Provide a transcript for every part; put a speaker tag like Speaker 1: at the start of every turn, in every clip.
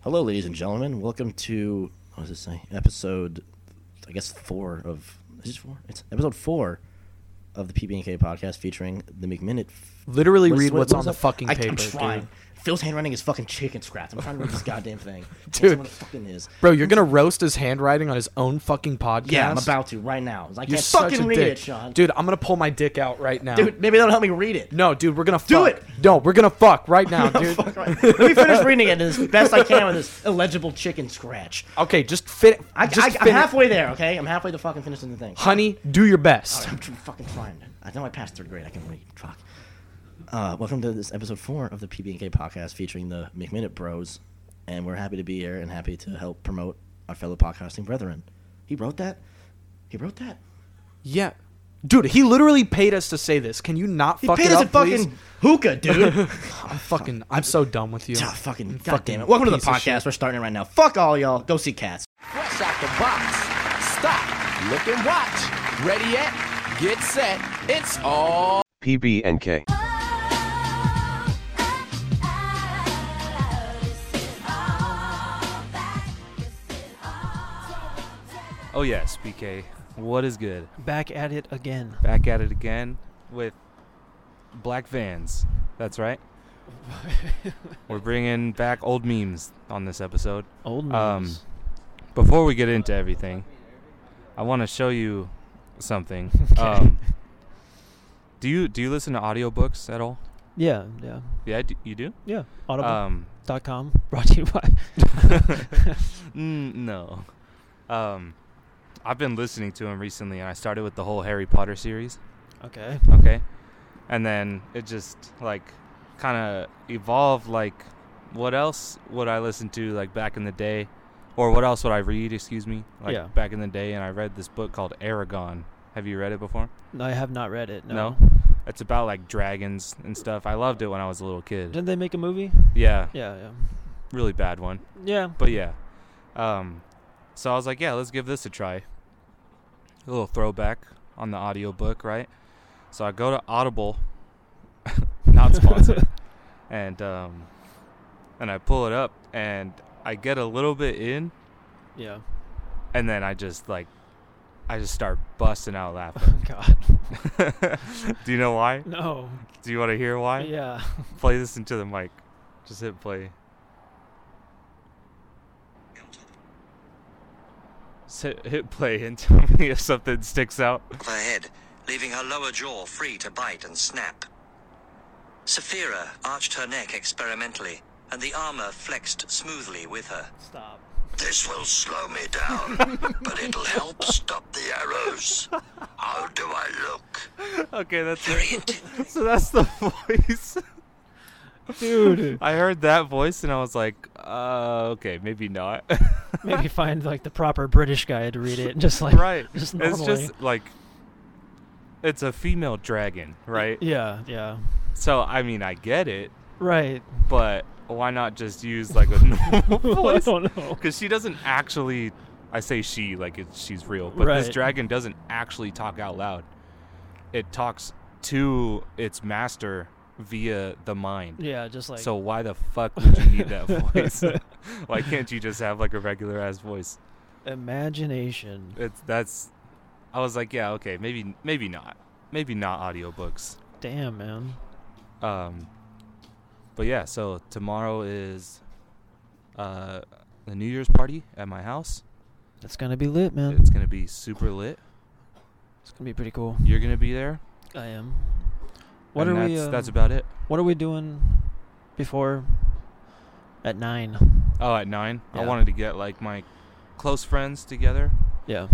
Speaker 1: Hello, ladies and gentlemen. Welcome to what does it say? Episode, I guess four of is it four? It's episode four of the PB and K podcast featuring the McMinute.
Speaker 2: Literally
Speaker 1: What is-
Speaker 2: read
Speaker 1: what-
Speaker 2: what's
Speaker 1: what
Speaker 2: on
Speaker 1: is
Speaker 2: the
Speaker 1: that?
Speaker 2: fucking
Speaker 1: I,
Speaker 2: paper,
Speaker 1: I'm trying.
Speaker 2: dude.
Speaker 1: Phil's handwriting is fucking chicken scratch. I'm trying to read this goddamn thing,
Speaker 2: Dude.
Speaker 1: It's motherfucking is.
Speaker 2: Bro, you're gonna roast his handwriting on his own fucking podcast.
Speaker 1: Yeah, I'm about to right now. I can't
Speaker 2: You're such
Speaker 1: fucking
Speaker 2: a
Speaker 1: read
Speaker 2: dick.
Speaker 1: it, Sean.
Speaker 2: Dude, I'm gonna pull my dick out right now.
Speaker 1: Dude, maybe that'll help me read it.
Speaker 2: No, dude, we're gonna fuck.
Speaker 1: Do it.
Speaker 2: No, we're gonna fuck right now, dude.
Speaker 1: Fuck, right. Let me finish reading it as best I can with this illegible chicken scratch.
Speaker 2: Okay, just fit.
Speaker 1: I,
Speaker 2: just
Speaker 1: I, I'm
Speaker 2: fin-
Speaker 1: halfway there, okay? I'm halfway to fucking finishing the thing.
Speaker 2: Honey, do your best.
Speaker 1: I'm tr- fucking trying. I know I passed third grade. I can read. Fuck. Uh, welcome to this episode four of the PB&K podcast featuring the McMinute Bros, and we're happy to be here and happy to help promote our fellow podcasting brethren. He wrote that. He wrote that.
Speaker 2: Yeah, dude, he literally paid us to say this. Can you not
Speaker 1: He
Speaker 2: fuck
Speaker 1: paid
Speaker 2: it
Speaker 1: us
Speaker 2: up,
Speaker 1: a fucking
Speaker 2: please?
Speaker 1: hookah, dude.
Speaker 2: I'm fucking. I'm so done with you.
Speaker 1: Ah, fucking,
Speaker 2: You
Speaker 1: God damn it. Welcome to the
Speaker 2: piece of shit.
Speaker 1: podcast. We're starting it right now. Fuck all y'all. Go see cats.
Speaker 3: Fresh out the box. Stop. Look and watch. Ready yet? Get set. It's all.
Speaker 4: PB and K.
Speaker 5: Oh yes, BK. What is good?
Speaker 2: Back at it again.
Speaker 5: Back at it again with Black Vans. That's right. We're bringing back old memes on this episode.
Speaker 6: Old
Speaker 5: Um,
Speaker 6: memes.
Speaker 5: Before we get into everything, I want to show you something. Um, do you do you listen to audiobooks at all?
Speaker 6: yeah, yeah,
Speaker 5: Yeah, do, you do.
Speaker 6: yeah.
Speaker 5: Um,
Speaker 6: Audible.com brought to you by.
Speaker 5: Mm, no. Um, I've been listening to them recently, and I started with the whole Harry Potter series.
Speaker 6: Okay.
Speaker 5: okay and then it just like kind of evolved like what else would i listen to like back in the day or what else would i read excuse me like
Speaker 6: Yeah.
Speaker 5: back in the day and i read this book called aragon have you read it before
Speaker 6: No, I have not read it. No.
Speaker 5: No? it's about like dragons and stuff i loved it when i was a little kid
Speaker 6: Didn't they make a movie?
Speaker 5: yeah
Speaker 6: Yeah, yeah,
Speaker 5: really bad one
Speaker 6: yeah.
Speaker 5: but yeah um so i was like yeah let's give this a try a little throwback on the audiobook right so i go to audible not sponsored and um and i pull it up and i get a little bit in
Speaker 6: Yeah.
Speaker 5: and then i just like i just start busting out laughing
Speaker 6: God.
Speaker 5: do you know why
Speaker 6: No.
Speaker 5: do you want to hear why
Speaker 6: Yeah.
Speaker 5: play this into the mic just hit play Just hit, hit play and tell me if something sticks out
Speaker 7: her head, leaving her lower jaw free to bite and snap. Saphira arched her neck experimentally, and the armor flexed smoothly with her.
Speaker 6: Stop.
Speaker 7: This will slow me down, but it'll help stop the arrows. How do I look?
Speaker 5: okay that's
Speaker 7: Very
Speaker 5: it
Speaker 7: intense.
Speaker 5: so that's the voice
Speaker 6: Dude,
Speaker 5: i heard that voice and i was like uh okay maybe not
Speaker 6: maybe find like the proper British guy to read it. and Just like
Speaker 5: right
Speaker 6: Just
Speaker 5: it's
Speaker 6: normally.
Speaker 5: just like it's a female dragon right
Speaker 6: Yeah, yeah.
Speaker 5: so i mean i get it
Speaker 6: Right.
Speaker 5: but why not just use like a normal
Speaker 6: I
Speaker 5: voice
Speaker 6: don't know.
Speaker 5: because she doesn't actually i say she like it's, she's real but this
Speaker 6: Right.
Speaker 5: dragon doesn't actually talk out loud it talks to its master via the mind
Speaker 6: Yeah, just like.
Speaker 5: so why the fuck would you need that voice why can't you just have like a regular ass voice
Speaker 6: imagination.
Speaker 5: it's that's i was like yeah okay maybe maybe not maybe not audiobooks
Speaker 6: Damn, man.
Speaker 5: um but yeah so tomorrow is uh the new year's party at my house
Speaker 6: That's gonna be lit, man.
Speaker 5: it's gonna be super lit
Speaker 6: It's gonna be pretty cool.
Speaker 5: You're gonna be there.
Speaker 6: I am. What
Speaker 5: and
Speaker 6: are
Speaker 5: that's,
Speaker 6: we? uh,
Speaker 5: That's about it.
Speaker 6: What are we doing before at nine?
Speaker 5: Oh, at nine, I
Speaker 6: Yeah.
Speaker 5: wanted to get like my close friends together.
Speaker 6: Yeah,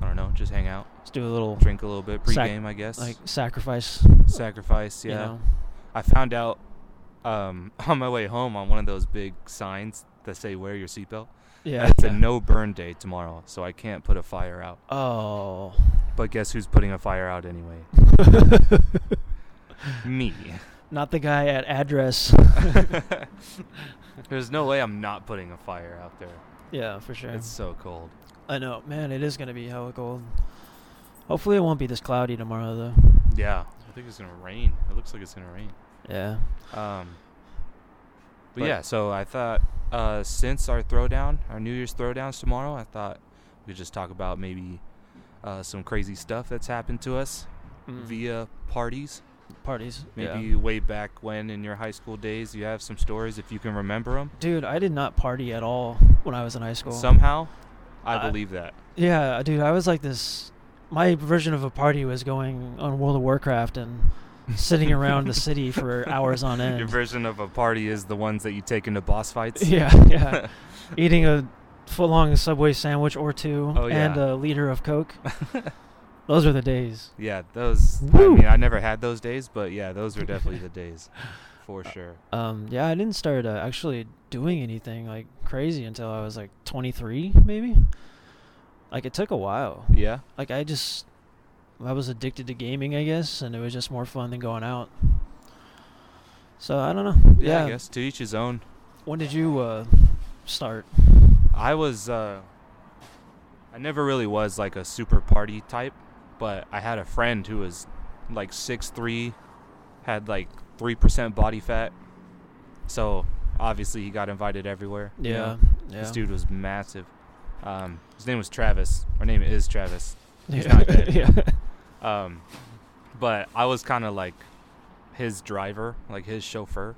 Speaker 5: I don't know, just hang out,
Speaker 6: let's do a little
Speaker 5: drink a little bit
Speaker 6: Sac-
Speaker 5: pregame, I guess.
Speaker 6: like sacrifice.
Speaker 5: Sacrifice, yeah.
Speaker 6: You know?
Speaker 5: I found out um, on my way home on one of those big signs that say "Wear your seatbelt."
Speaker 6: Yeah.
Speaker 5: It's a
Speaker 6: yeah.
Speaker 5: no burn day tomorrow, so I can't put a fire out.
Speaker 6: Oh.
Speaker 5: But guess who's putting a fire out anyway? Me.
Speaker 6: Not the guy at address.
Speaker 5: There's no way I'm not putting a fire out there.
Speaker 6: yeah, for sure.
Speaker 5: It's so cold.
Speaker 6: I know, man. It is gonna be hella cold. Hopefully, it won't be this cloudy tomorrow, though.
Speaker 5: Yeah, I think it's gonna rain. It looks like it's gonna rain.
Speaker 6: Yeah.
Speaker 5: Um, But yeah, so I thought uh, since our throwdown, our New Year's throwdowns tomorrow, I thought we could just talk about maybe uh, some crazy stuff that's happened to us
Speaker 6: Mm.
Speaker 5: via parties.
Speaker 6: Parties.
Speaker 5: Maybe
Speaker 2: Yeah.
Speaker 5: way back when in your high school days, you have some stories if you can remember them.
Speaker 6: Dude, I did not party at all when I was in high school.
Speaker 5: Somehow, I
Speaker 6: I-
Speaker 5: believe that.
Speaker 6: Yeah, dude, I was like this. My version of a party was going on World of Warcraft and sitting around the city for hours on
Speaker 5: Your
Speaker 6: end.
Speaker 5: version of a party is the ones that you take into boss fights.
Speaker 6: yeah, yeah. Eating a foot long Subway sandwich or two
Speaker 5: Oh,
Speaker 6: and
Speaker 5: yeah.
Speaker 6: a liter of Coke. Those were the days.
Speaker 5: Yeah, those. I
Speaker 6: Woo!
Speaker 5: mean, I never had those days, but yeah, those were definitely the days, for sure.
Speaker 6: Um, yeah, I didn't start uh, actually doing anything like crazy until I was like 23, maybe. Like it took a while.
Speaker 5: Yeah.
Speaker 6: Like I just, I was addicted to gaming, I guess, and it was just more fun than going out. So I don't know.
Speaker 5: Yeah,
Speaker 6: Yeah.
Speaker 5: I guess to each his own.
Speaker 6: When did you uh, start?
Speaker 5: I was. Uh, I never really was like a super party type, but I had a friend who was like six three, had like three percent body fat, so obviously he got invited everywhere. you know?
Speaker 6: Yeah, yeah.
Speaker 5: This dude was massive. Um, his name was Travis. Our name is Travis. He's
Speaker 6: Yeah.
Speaker 5: not dead.
Speaker 6: yeah.
Speaker 5: Um, but I was kind of like his driver, like his chauffeur.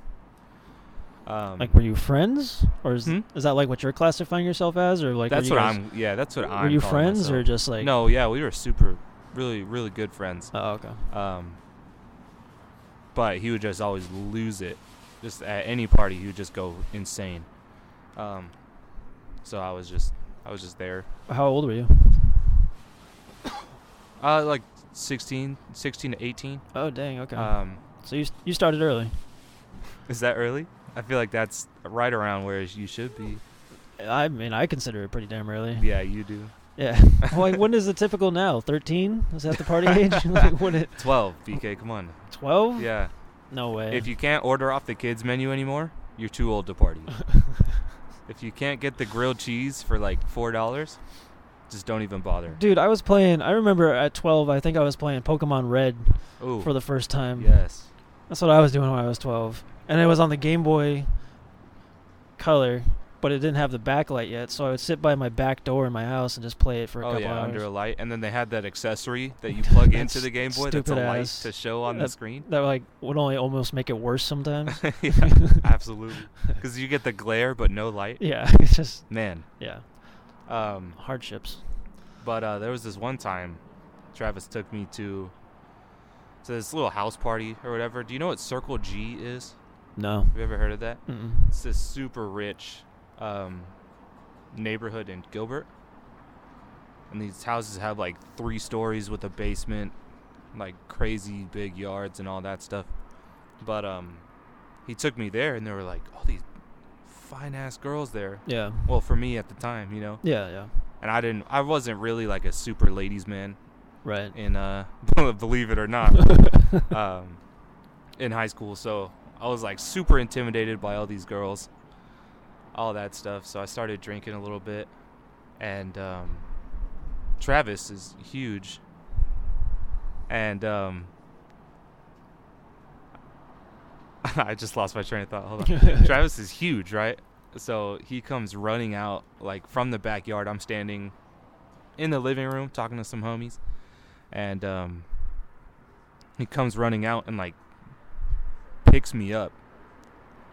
Speaker 5: Um,
Speaker 6: Like, were you friends, or is
Speaker 5: Hmm?
Speaker 6: is that like what you're classifying yourself as, or like were
Speaker 5: that's
Speaker 6: you
Speaker 5: what
Speaker 6: guys-
Speaker 5: I'm. Yeah, that's what
Speaker 6: Were
Speaker 5: I'm.
Speaker 6: you
Speaker 5: calling
Speaker 6: friends or
Speaker 5: myself.
Speaker 6: just like?
Speaker 5: no? Yeah, we were super, really, really good friends.
Speaker 6: Oh, okay.
Speaker 5: Um, but he would just always lose it. Just at any party, he would just go insane. Um, so I was just, I was just there.
Speaker 6: How old were you?
Speaker 5: Uh, like 16, 16 to 18.
Speaker 6: Oh, dang. Okay.
Speaker 5: Um,
Speaker 6: so you s- you started early.
Speaker 5: is that early? I feel like that's right around where you should be.
Speaker 6: I mean, I consider it pretty damn early.
Speaker 5: Yeah, you do.
Speaker 6: Yeah. like, when is the typical now? 13? Is that the party age? like, when it,
Speaker 5: 12, BK, come on.
Speaker 6: 12?
Speaker 5: Yeah.
Speaker 6: No way.
Speaker 5: If you can't order off the kids menu anymore, you're too old to party. if you can't get the grilled cheese for like $4, just don't even bother.
Speaker 6: Dude, I was playing. I remember at 12, I think I was playing Pokemon Red
Speaker 5: Ooh.
Speaker 6: for the first time.
Speaker 5: yes.
Speaker 6: That's what I was doing when I was 12. And it was on the Game Boy Color, but it didn't have the backlight yet, so I would sit by my back door in my house and just play it for a
Speaker 5: Oh
Speaker 6: couple
Speaker 5: yeah,
Speaker 6: hours.
Speaker 5: under a light, and then they had that accessory that you plug into
Speaker 6: That's
Speaker 5: the Game Boy that's a
Speaker 6: stupid
Speaker 5: light
Speaker 6: ass.
Speaker 5: to show on the
Speaker 6: That-
Speaker 5: screen.
Speaker 6: That like would only almost make it worse sometimes.
Speaker 5: yeah, absolutely, because you get the glare but no light.
Speaker 6: yeah, it's just
Speaker 5: Man,
Speaker 6: yeah
Speaker 5: um,
Speaker 6: hardships.
Speaker 5: But uh, there was this one time, Travis took me to to this little house party or whatever. Do you know what Circle G is?
Speaker 6: No.
Speaker 5: Have you ever heard of that?
Speaker 6: Mm-mm.
Speaker 5: It's this super rich um, neighborhood in Gilbert, and these houses have like three stories with a basement, like crazy big yards and all that stuff. But um, he took me there, and there were like all these fine ass girls there.
Speaker 6: Yeah.
Speaker 5: Well, for me at the time, you know,
Speaker 6: Yeah. Yeah.
Speaker 5: and I didn't, I wasn't really like a super ladies man
Speaker 6: Right.
Speaker 5: in uh believe it or not um in high school so i was like super intimidated by all these girls all that stuff so i started drinking a little bit and um travis is huge and um i just lost my train of thought hold on travis is huge right so he comes running out like from the backyard i'm standing in the living room talking to some homies and um, he comes running out and like picks me up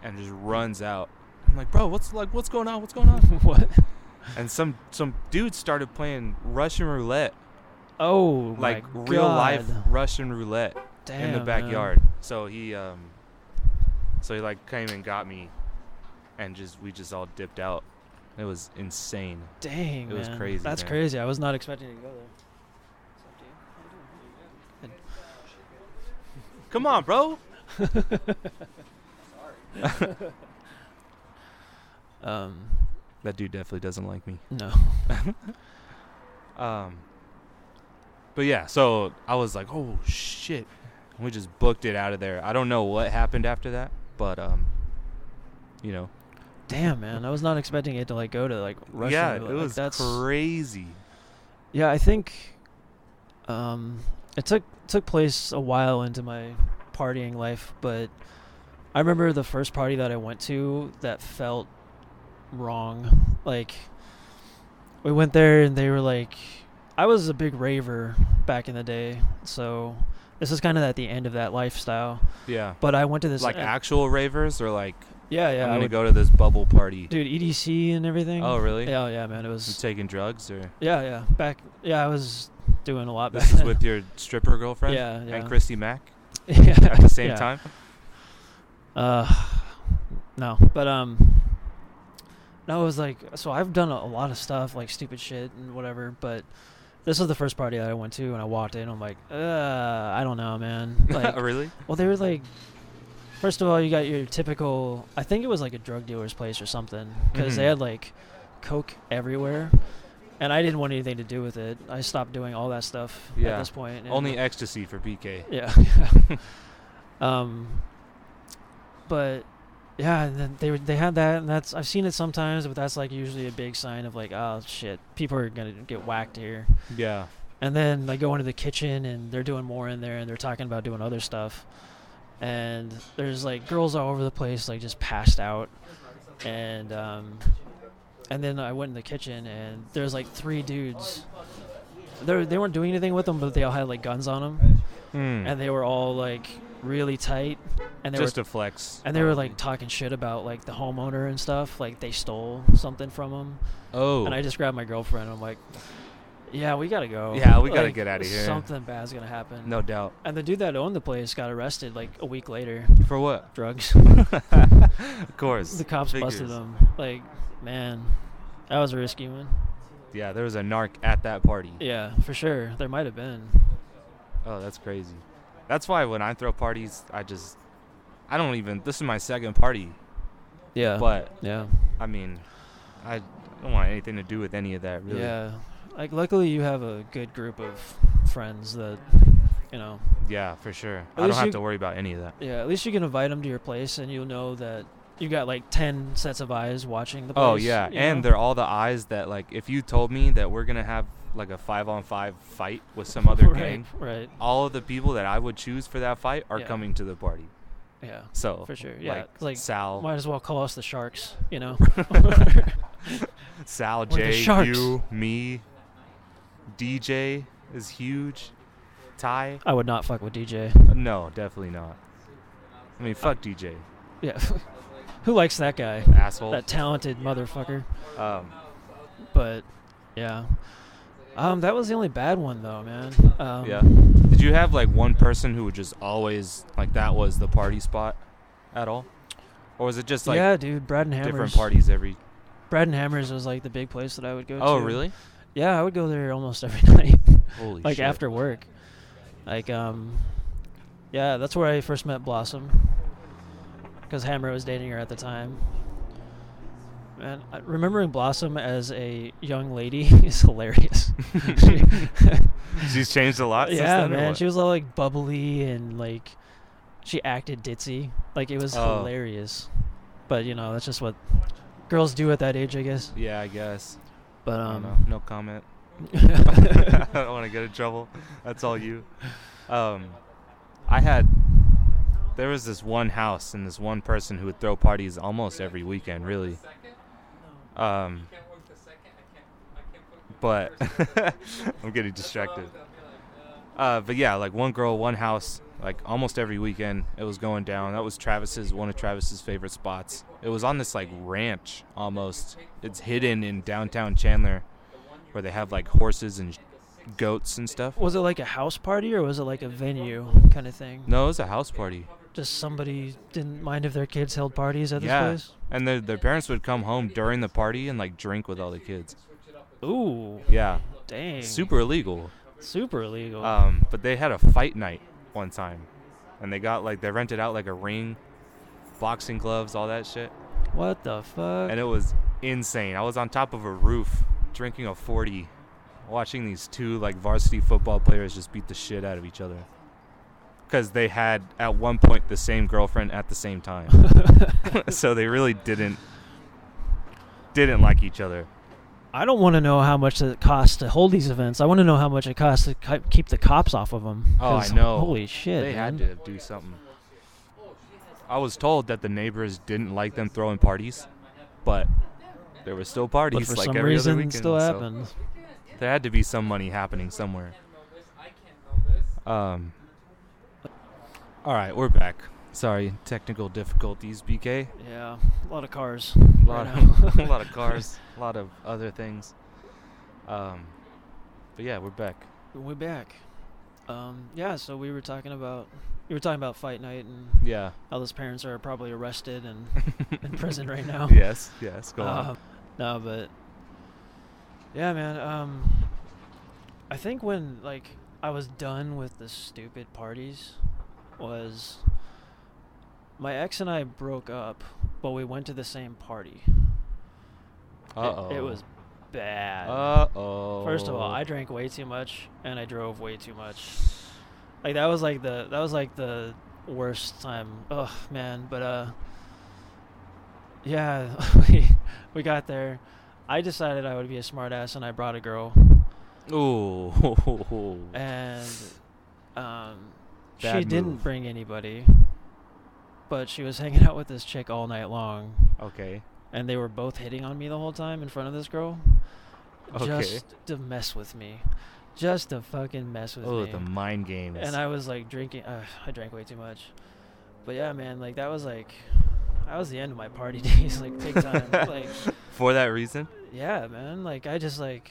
Speaker 5: and just runs out. I'm like, bro, what's like, what's going on? What's going on?
Speaker 6: what?
Speaker 5: and some some dude started playing Russian roulette,
Speaker 6: Oh, my
Speaker 5: like real life
Speaker 6: God.
Speaker 5: Russian roulette
Speaker 6: Damn,
Speaker 5: in the
Speaker 6: man.
Speaker 5: backyard. So he um, so he like came and got me, and just we just all dipped out. It was insane.
Speaker 6: Dang,
Speaker 5: It was
Speaker 6: man.
Speaker 5: crazy,
Speaker 6: That's
Speaker 5: man.
Speaker 6: crazy. I was not expecting to go there.
Speaker 5: Come on, bro.
Speaker 6: Um,
Speaker 5: That dude definitely doesn't like me.
Speaker 6: no.
Speaker 5: Um, but yeah, so I was like, oh shit. And we just booked it out of there. I don't know what happened after that, but um, you know,
Speaker 6: Damn, man. I was not expecting it to like go to like Russia.
Speaker 5: yeah,
Speaker 6: but,
Speaker 5: it
Speaker 6: like,
Speaker 5: was
Speaker 6: that's
Speaker 5: crazy.
Speaker 6: yeah. I think, um, it took took place a while into my partying life, but I remember the first party that I went to that felt wrong. Like we went there and they were like I was a big raver back in the day, so this is kind of at the end of that lifestyle.
Speaker 5: Yeah.
Speaker 6: But I went to this
Speaker 5: like
Speaker 6: uh,
Speaker 5: actual ravers or like
Speaker 6: yeah yeah
Speaker 5: I'm
Speaker 6: I
Speaker 5: gonna
Speaker 6: would-
Speaker 5: go to this bubble party.
Speaker 6: dude EDC and everything.
Speaker 5: Oh, really?
Speaker 6: Yeah yeah man it was
Speaker 5: You taking drugs or
Speaker 6: yeah yeah back yeah I was doing a lot. Back
Speaker 5: this is
Speaker 6: then.
Speaker 5: with your stripper girlfriend?
Speaker 6: Yeah, yeah.
Speaker 5: And Christy Mack
Speaker 6: yeah,
Speaker 5: at the same
Speaker 6: yeah.
Speaker 5: time?
Speaker 6: Uh, no, but um, no, it was like so I've done a, a lot of stuff like stupid shit and whatever, but this was the first party that I went to, and I walked in, I'm like, uh, I don't know, man. Like,
Speaker 5: really?
Speaker 6: well, they were like, first of all, you got your typical, I think it was like a drug dealer's place or something, because they
Speaker 5: Mhm.
Speaker 6: had like coke everywhere. And I didn't want anything to do with it. I stopped doing all that stuff
Speaker 5: Yeah.
Speaker 6: at this point. and-
Speaker 5: Only ecstasy for PK.
Speaker 6: yeah. um, but yeah, and then they were- they had that, and that's I've seen it sometimes, but that's like usually a big sign of like, oh shit, people are gonna get whacked here.
Speaker 5: Yeah.
Speaker 6: And then they go into the kitchen, and they're doing more in there, and they're talking about doing other stuff. And there's like girls all over the place, like just passed out, and um, and then I went in the kitchen, and there's like three dudes. They they weren't doing anything with them, but they all had like guns on them
Speaker 5: Hmm.
Speaker 6: and they were all like really tight and they
Speaker 5: Just
Speaker 6: were
Speaker 5: a Oh, flex.
Speaker 6: and they were like talking shit about like the homeowner and stuff like they stole something from him
Speaker 5: Oh.
Speaker 6: and i just grabbed my girlfriend and i'm like yeah we gotta go
Speaker 5: Yeah, we gotta
Speaker 6: Like,
Speaker 5: get outta here.
Speaker 6: something bad's gonna happen
Speaker 5: no doubt.
Speaker 6: and the dude that owned the place got arrested like a week later
Speaker 5: For what?
Speaker 6: drugs
Speaker 5: Of course.
Speaker 6: the cops busted
Speaker 5: Figures.
Speaker 6: him like man that was a risky one
Speaker 5: Yeah, there was a narc at that party.
Speaker 6: yeah for sure there might have been
Speaker 5: Oh, that's crazy. That's why when I throw parties, I just I don't even this is my second party,
Speaker 6: yeah
Speaker 5: but
Speaker 6: yeah
Speaker 5: I mean, I don't want anything to do with any of that, really.
Speaker 6: Yeah. Like luckily you have a good group of friends that you know.
Speaker 5: Yeah, for sure. I
Speaker 6: least
Speaker 5: don't have
Speaker 6: you-
Speaker 5: to worry about any of that.
Speaker 6: Yeah, at least you can invite them to your place and you'll know that you got like 10 sets of eyes watching the place.
Speaker 5: Oh yeah,
Speaker 6: you
Speaker 5: and
Speaker 6: know?
Speaker 5: they're all the eyes that like if you told me that we're gonna have like a five on five fight with some other
Speaker 6: right,
Speaker 5: gang,
Speaker 6: Right.
Speaker 5: all of the people that I would choose for that fight are
Speaker 6: Yeah.
Speaker 5: coming to the party.
Speaker 6: Yeah.
Speaker 5: So
Speaker 6: For sure. Yeah.
Speaker 5: like,
Speaker 6: it's like
Speaker 5: Sal,
Speaker 6: might as well call us the sharks, you know.
Speaker 5: Sal,
Speaker 6: the
Speaker 5: Jay,
Speaker 6: sharks.
Speaker 5: you, me, DJ is huge. Ty,
Speaker 6: I would not fuck with DJ.
Speaker 5: no, definitely not. I mean, fuck DJ,
Speaker 6: Yeah. Who likes that guy?
Speaker 5: asshole.
Speaker 6: That talented motherfucker.
Speaker 5: Um,
Speaker 6: But yeah. Um that was the only bad one though, man. Um
Speaker 5: Yeah. Did you have like one person who would just always like that was the party spot at all? Or was it just like
Speaker 6: yeah, dude, Brad and Hammers.
Speaker 5: different parties every
Speaker 6: Brad and Hammers was like the big place that I would go to.
Speaker 5: Oh, really?
Speaker 6: Yeah, I would go there almost every night,
Speaker 5: Holy
Speaker 6: like
Speaker 5: shit.
Speaker 6: after work. Like um, yeah, that's where I first met Blossom, because Hammer was dating her at the time. And I- remembering Blossom as a young lady is hilarious.
Speaker 5: She's changed a lot since
Speaker 6: yeah,
Speaker 5: then, or
Speaker 6: man,
Speaker 5: what?
Speaker 6: she was all like bubbly and like she acted ditzy. Like it was
Speaker 5: Oh.
Speaker 6: hilarious. But you know, that's just what girls do at that age, I guess.
Speaker 5: Yeah, I guess.
Speaker 6: But
Speaker 5: I don't
Speaker 6: um,
Speaker 5: know. No comment. I don't want to get in trouble. That's all you. Um, I had there was this one house and this one person who would throw parties almost every weekend, really. Um, but I'm getting distracted. Uh, but yeah, like one girl, one house, like almost every weekend it was going down. That was Travis's one of Travis's favorite spots. It was on this like ranch almost. It's hidden in downtown Chandler, where they have like horses and goats and stuff.
Speaker 6: was it like a house party or was it like a venue kind of thing?
Speaker 5: No, it was a house party.
Speaker 6: Just somebody didn't mind if their kids held parties at this
Speaker 5: Yeah,
Speaker 6: place.
Speaker 5: and their their parents would come home during the party and like drink with all the kids.
Speaker 6: Ooh,
Speaker 5: Yeah,
Speaker 6: dang,
Speaker 5: super illegal.
Speaker 6: super illegal.
Speaker 5: Um, but they had a fight night one time, and they got like they rented out like a ring, boxing gloves, all that shit,
Speaker 6: what the fuck?
Speaker 5: and it was insane. I was on top of a roof drinking a forty, watching these two like varsity football players just beat the shit out of each other. Because they had at one point the same girlfriend at the same time, so they really didn't didn't like each other.
Speaker 6: I don't want to know how much it costs to hold these events. I want to know how much it costs to ki- keep the cops off of them.
Speaker 5: Oh, I know.
Speaker 6: Holy shit!
Speaker 5: They had
Speaker 6: man.
Speaker 5: to do something. I was told that the neighbors didn't like them throwing parties, but there were still parties
Speaker 6: but for
Speaker 5: like
Speaker 6: some
Speaker 5: every
Speaker 6: reason,
Speaker 5: other weekend.
Speaker 6: it still
Speaker 5: so
Speaker 6: happened.
Speaker 5: There had to be some money happening somewhere. Um. All right, we're back. Sorry, technical difficulties, BK.
Speaker 6: Yeah, a lot of cars.
Speaker 5: A lot of a lot of cars, a lot of other things. Um, but yeah, we're back.
Speaker 6: We're back. Um, yeah, so we were talking about you were talking about fight night and
Speaker 5: Yeah.
Speaker 6: how those parents are probably arrested and in prison right now.
Speaker 5: Yes. Yes. Go on.
Speaker 6: Um, no, but yeah, man. Um, I think when like I was done with the stupid parties, was my ex and I broke up, but we went to the same party. It-
Speaker 5: Uh oh.
Speaker 6: It, was bad.
Speaker 5: Uh oh.
Speaker 6: First of all, I drank way too much and I drove way too much. Like that was like the that was like the worst time. Ugh, man. But uh, yeah, we we got there. I decided I would be a smartass and I brought a girl
Speaker 5: Ooh.
Speaker 6: and um, she
Speaker 5: Bad
Speaker 6: didn't
Speaker 5: move.
Speaker 6: bring anybody, but she was hanging out with this chick all night long.
Speaker 5: okay.
Speaker 6: and they were both hitting on me the whole time in front of this girl,
Speaker 5: Okay.
Speaker 6: just to mess with me, just to fucking mess with
Speaker 5: Oh,
Speaker 6: me.
Speaker 5: the mind games.
Speaker 6: and I was like drinking. Uh, I drank way too much, but yeah, man, like that was like, that was the end of my party days, like big time. like,
Speaker 5: For that reason.
Speaker 6: yeah, man, like I just like,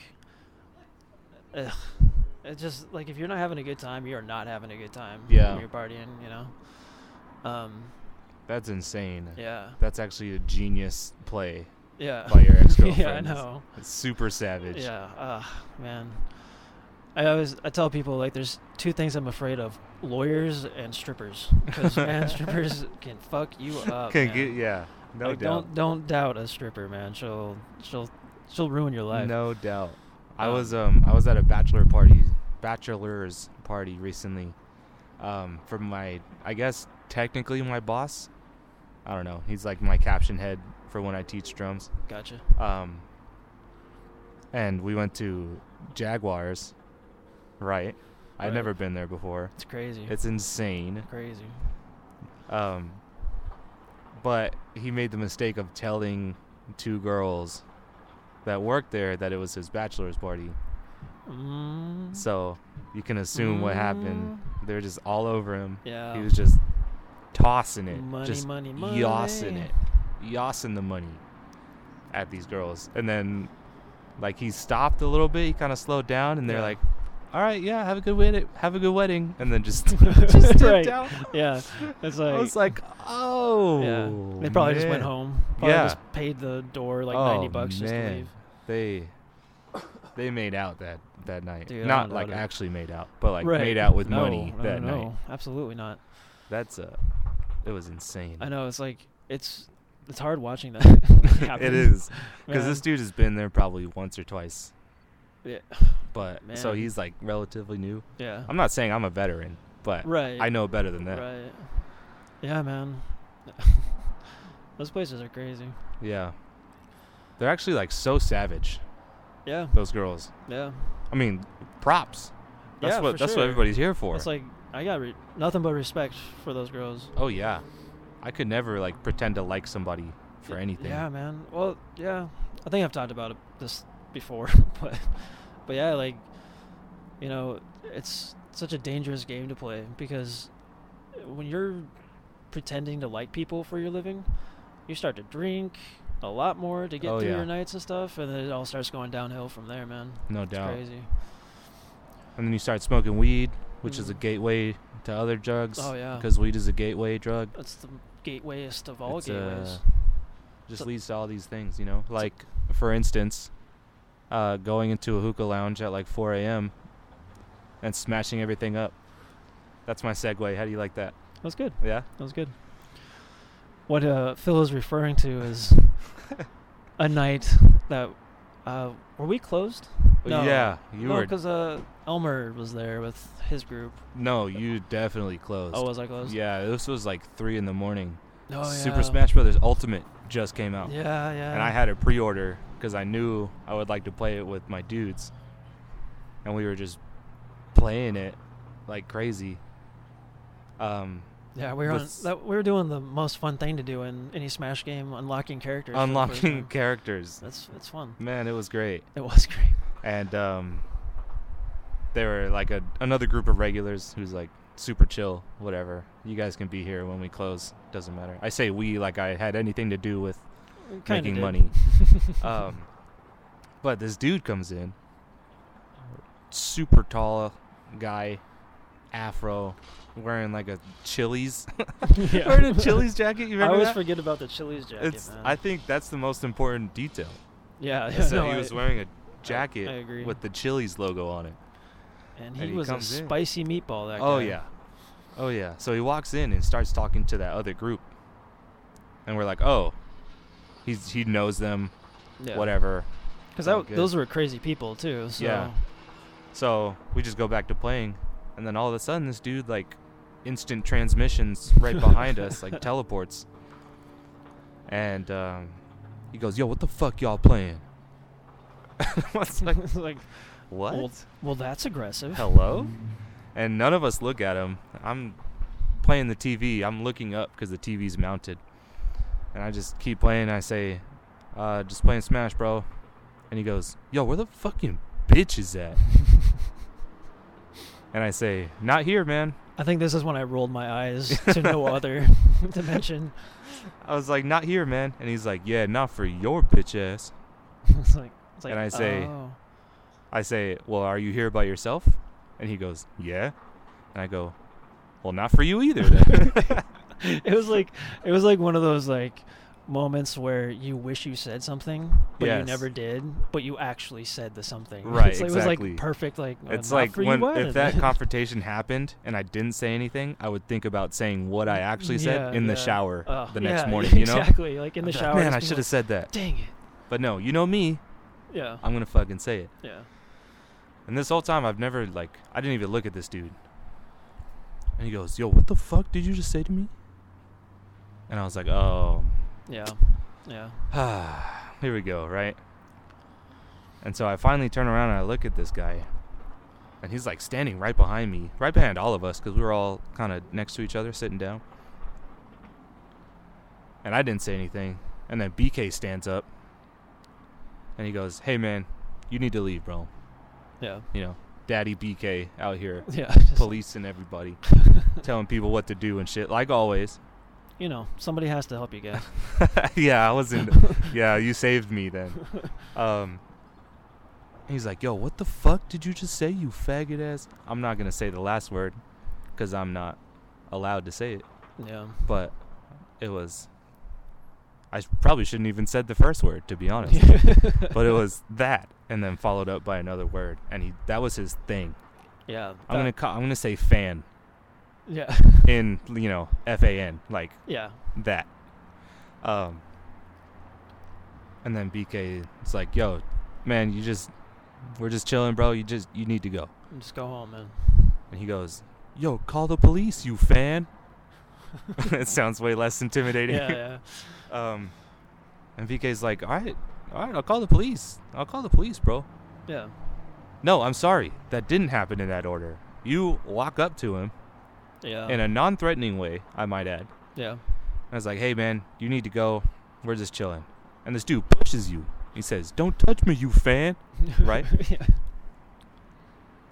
Speaker 6: ugh. It's just like if you're not having a good time, you are not having a good time.
Speaker 5: Yeah.
Speaker 6: when you're partying, you know. Um.
Speaker 5: That's insane.
Speaker 6: Yeah.
Speaker 5: That's actually a genius play
Speaker 6: Yeah.
Speaker 5: by your ex-girlfriend.
Speaker 6: yeah, I know.
Speaker 5: It's super savage.
Speaker 6: Yeah, uh, man. I always I tell people like there's two things I'm afraid of: lawyers and strippers. Because man, strippers can fuck you up.
Speaker 5: Can
Speaker 6: uh, man.
Speaker 5: get yeah. No
Speaker 6: Like,
Speaker 5: doubt.
Speaker 6: Don't don't doubt a stripper, man. She'll she'll she'll ruin your life.
Speaker 5: No doubt. I
Speaker 6: Um,
Speaker 5: was um I was at a bachelor party, bachelor's party recently, um for my I guess technically my boss, I don't know. He's like my caption head for when I teach drums.
Speaker 6: Gotcha.
Speaker 5: Um, and we went to Jaguars, right? I've
Speaker 6: Right.
Speaker 5: never been there before.
Speaker 6: It's crazy.
Speaker 5: It's insane.
Speaker 6: crazy.
Speaker 5: Um, but he made the mistake of telling two girls that worked there that it was his bachelor's party.
Speaker 6: Mm,
Speaker 5: So you can assume what happened. They were just all over him.
Speaker 6: yeah.
Speaker 5: He was just tossing it.
Speaker 6: Money,
Speaker 5: just
Speaker 6: money,
Speaker 5: Yossing
Speaker 6: money.
Speaker 5: it. Yossing the money at these girls. And then, like, he stopped a little bit. He kind of slowed down, and they're
Speaker 6: Yeah.
Speaker 5: like, all right, yeah, have a good wedding. Have a good wedding, and then just just dipped
Speaker 6: Right.
Speaker 5: out.
Speaker 6: yeah. It's like.
Speaker 5: I was like, oh,
Speaker 6: yeah. They probably just went
Speaker 5: man."
Speaker 6: home. Probably
Speaker 5: Yeah.
Speaker 6: Just paid the door like
Speaker 5: oh,
Speaker 6: ninety bucks just to
Speaker 5: man.
Speaker 6: leave.
Speaker 5: They they made out that that night.
Speaker 6: Dude, I
Speaker 5: Not
Speaker 6: don't
Speaker 5: like
Speaker 6: doubt it.
Speaker 5: actually made out, but like
Speaker 6: right.
Speaker 5: made out with
Speaker 6: No,
Speaker 5: money
Speaker 6: no,
Speaker 5: that
Speaker 6: no,
Speaker 5: night.
Speaker 6: no. Absolutely not.
Speaker 5: That's uh it was insane.
Speaker 6: I know it's like it's it's hard watching that. happen.
Speaker 5: it is because this
Speaker 6: Man.
Speaker 5: dude has been there probably once or twice,
Speaker 6: Yeah.
Speaker 5: but so
Speaker 6: Man.
Speaker 5: he's like relatively new.
Speaker 6: yeah.
Speaker 5: I'm not saying I'm a veteran, but
Speaker 6: right.
Speaker 5: I know better than that.
Speaker 6: Right. Yeah, man. Those places are crazy.
Speaker 5: Yeah, they're actually like so savage.
Speaker 6: Yeah.
Speaker 5: Those girls.
Speaker 6: Yeah.
Speaker 5: I mean, props. That's
Speaker 6: Yeah,
Speaker 5: what
Speaker 6: for
Speaker 5: that's what
Speaker 6: sure.
Speaker 5: everybody's here for.
Speaker 6: It's like I got re- nothing but respect for those girls.
Speaker 5: oh yeah, I could never like pretend to like somebody for
Speaker 6: Y-
Speaker 5: anything.
Speaker 6: Yeah, man. Well, yeah. I think I've talked about it, this before, but but yeah, like you know, it's such a dangerous game to play because when you're pretending to like people for your living, you start to drink a lot more to get
Speaker 5: Oh,
Speaker 6: through
Speaker 5: yeah.
Speaker 6: your nights and stuff, and then it all starts going downhill from there, man.
Speaker 5: No
Speaker 6: It's
Speaker 5: doubt.
Speaker 6: crazy.
Speaker 5: And then you start smoking weed, which is a
Speaker 6: Mhm.
Speaker 5: gateway to other drugs.
Speaker 6: Oh, yeah.
Speaker 5: Because weed is a gateway drug.
Speaker 6: That's the gatewayest of all
Speaker 5: It's,
Speaker 6: gateways.
Speaker 5: uh, just
Speaker 6: So-
Speaker 5: leads to all these things, you know. Like for instance, uh, going into a hookah lounge at like 4 a.m. and smashing everything up. That's my segue. How do you like that?
Speaker 6: That was good.
Speaker 5: Yeah.
Speaker 6: That was good. What uh, Phil is referring to is a night that uh, were we closed? No.
Speaker 5: Yeah, you
Speaker 6: no,
Speaker 5: were.
Speaker 6: because uh, Elmer was there with his group.
Speaker 5: No, you definitely closed.
Speaker 6: Oh, was I closed?
Speaker 5: yeah, this was like three in the morning.
Speaker 6: Oh, yeah.
Speaker 5: Super Smash Brothers Ultimate just came out.
Speaker 6: Yeah, yeah.
Speaker 5: and I had a pre-order because I knew I would like to play it with my dudes, and we were just playing it like crazy. Um,
Speaker 6: Yeah, we were on,
Speaker 5: With-
Speaker 6: that, we were doing the most fun thing to do in any Smash game, unlocking characters. for the first
Speaker 5: Unlocking
Speaker 6: time.
Speaker 5: characters.
Speaker 6: That's it's fun.
Speaker 5: Man, it was great.
Speaker 6: It was great.
Speaker 5: and um, they were like a another group of regulars who's like super chill, whatever. You guys can be here when we close. Doesn't matter. I say we like I had anything to do with
Speaker 6: It kinda
Speaker 5: making
Speaker 6: did.
Speaker 5: money. um, but this dude comes in, super tall guy, afro, wearing like a Chili's,
Speaker 6: Yeah.
Speaker 5: wearing a Chili's jacket. You
Speaker 6: I
Speaker 5: remember
Speaker 6: always
Speaker 5: that?
Speaker 6: forget about the Chili's jacket,
Speaker 5: It's.
Speaker 6: man.
Speaker 5: I think that's the most important detail.
Speaker 6: yeah, yeah,
Speaker 5: Is that
Speaker 6: no,
Speaker 5: he
Speaker 6: I-
Speaker 5: was wearing a jacket
Speaker 6: I agree.
Speaker 5: with the Chili's logo on it.
Speaker 6: and he
Speaker 5: and he
Speaker 6: was a
Speaker 5: comes in.
Speaker 6: spicy meatball. That
Speaker 5: Oh
Speaker 6: guy.
Speaker 5: yeah. Oh yeah. So he walks in and starts talking to that other group. And we're like, "Oh, he's he knows them,
Speaker 6: yeah.
Speaker 5: whatever."
Speaker 6: Because
Speaker 5: Oh, good.
Speaker 6: those were crazy people too. So
Speaker 5: Yeah. So we just go back to playing, and then all of a sudden, this dude like instant transmissions right behind us, like teleports. And um, he goes, "Yo, what the fuck y'all playing?" What's like,
Speaker 6: It's like,
Speaker 5: what?
Speaker 6: Well, well, that's aggressive.
Speaker 5: hello and none of us look at him i'm playing the tv i'm looking up because the tv's mounted and i just keep playing i say uh, just playing smash bro and he goes yo where the fucking bitch is at and i say not here man
Speaker 6: I think this is when I rolled my eyes to no other dimension.
Speaker 5: i was like not here man and he's like yeah not for your bitch ass
Speaker 6: It's like, it's like
Speaker 5: And I say-
Speaker 6: "Oh."
Speaker 5: i say well are you here by yourself and he goes yeah and i go well not for you either then
Speaker 6: it was like it was like one of those like moments where you wish you said something but you
Speaker 5: Yes.
Speaker 6: never did but you actually said the something
Speaker 5: Right,
Speaker 6: it's like, it was
Speaker 5: exactly.
Speaker 6: like perfect like uh,
Speaker 5: It's
Speaker 6: not
Speaker 5: like
Speaker 6: for you
Speaker 5: when
Speaker 6: either.
Speaker 5: if that confrontation happened and I didn't say anything, I would think about saying what I actually said
Speaker 6: Yeah,
Speaker 5: in the
Speaker 6: yeah.
Speaker 5: shower
Speaker 6: Uh,
Speaker 5: the next
Speaker 6: yeah,
Speaker 5: morning. You know,
Speaker 6: exactly like in the
Speaker 5: I'd be like,
Speaker 6: shower
Speaker 5: Man,
Speaker 6: just
Speaker 5: I
Speaker 6: being
Speaker 5: should have
Speaker 6: like,
Speaker 5: said that.
Speaker 6: dang it
Speaker 5: But no, you know me.
Speaker 6: yeah
Speaker 5: I'm gonna fucking say it.
Speaker 6: yeah
Speaker 5: And this whole time, I've never like I didn't even look at this dude. And he goes, "Yo, what the fuck did you just say to me?" And I was like, "Oh,
Speaker 6: yeah yeah
Speaker 5: here we go, right?" And so I finally turn around and I look at this guy, and he's like standing right behind me, right behind all of us, because we were all kind of next to each other, sitting down. And I didn't say anything. And then BK stands up, and he goes, "Hey man, you need to leave, bro.
Speaker 6: yeah
Speaker 5: You know, Daddy BK out here
Speaker 6: yeah just,
Speaker 5: policing everybody, telling people what to do and shit, like always."
Speaker 6: you know somebody has to help you guys
Speaker 5: yeah, I wasn't. yeah, you saved me then. Um, he's like, "Yo, what the fuck did you just say, you faggot ass?" I'm not gonna say the last word, cause I'm not allowed to say it.
Speaker 6: yeah
Speaker 5: But it was. I s- probably shouldn't even said the first word, to be honest. but it was that, and then followed up by another word, and he that was his thing.
Speaker 6: yeah
Speaker 5: I'm gonna
Speaker 6: that-
Speaker 5: ca- I'm gonna say fan
Speaker 6: yeah
Speaker 5: in you know F A N like
Speaker 6: yeah
Speaker 5: that. Um, and then BK is like, "Yo, man, you just we're just chilling, bro. You just you need to go."
Speaker 6: just go home man
Speaker 5: And he goes, "Yo, call the police, you fan." it sounds way less intimidating.
Speaker 6: yeah yeah
Speaker 5: Um, and BK's like, "All right, all right, I'll call the police. I'll call the police, bro."
Speaker 6: yeah
Speaker 5: No, I'm sorry. That didn't happen in that order. You walk up to him
Speaker 6: yeah
Speaker 5: in a non-threatening way, I might add.
Speaker 6: yeah
Speaker 5: I was like, hey man, you need to go. We're just chilling. And this dude pushes you. He says, don't touch me, you fan. Right?
Speaker 6: yeah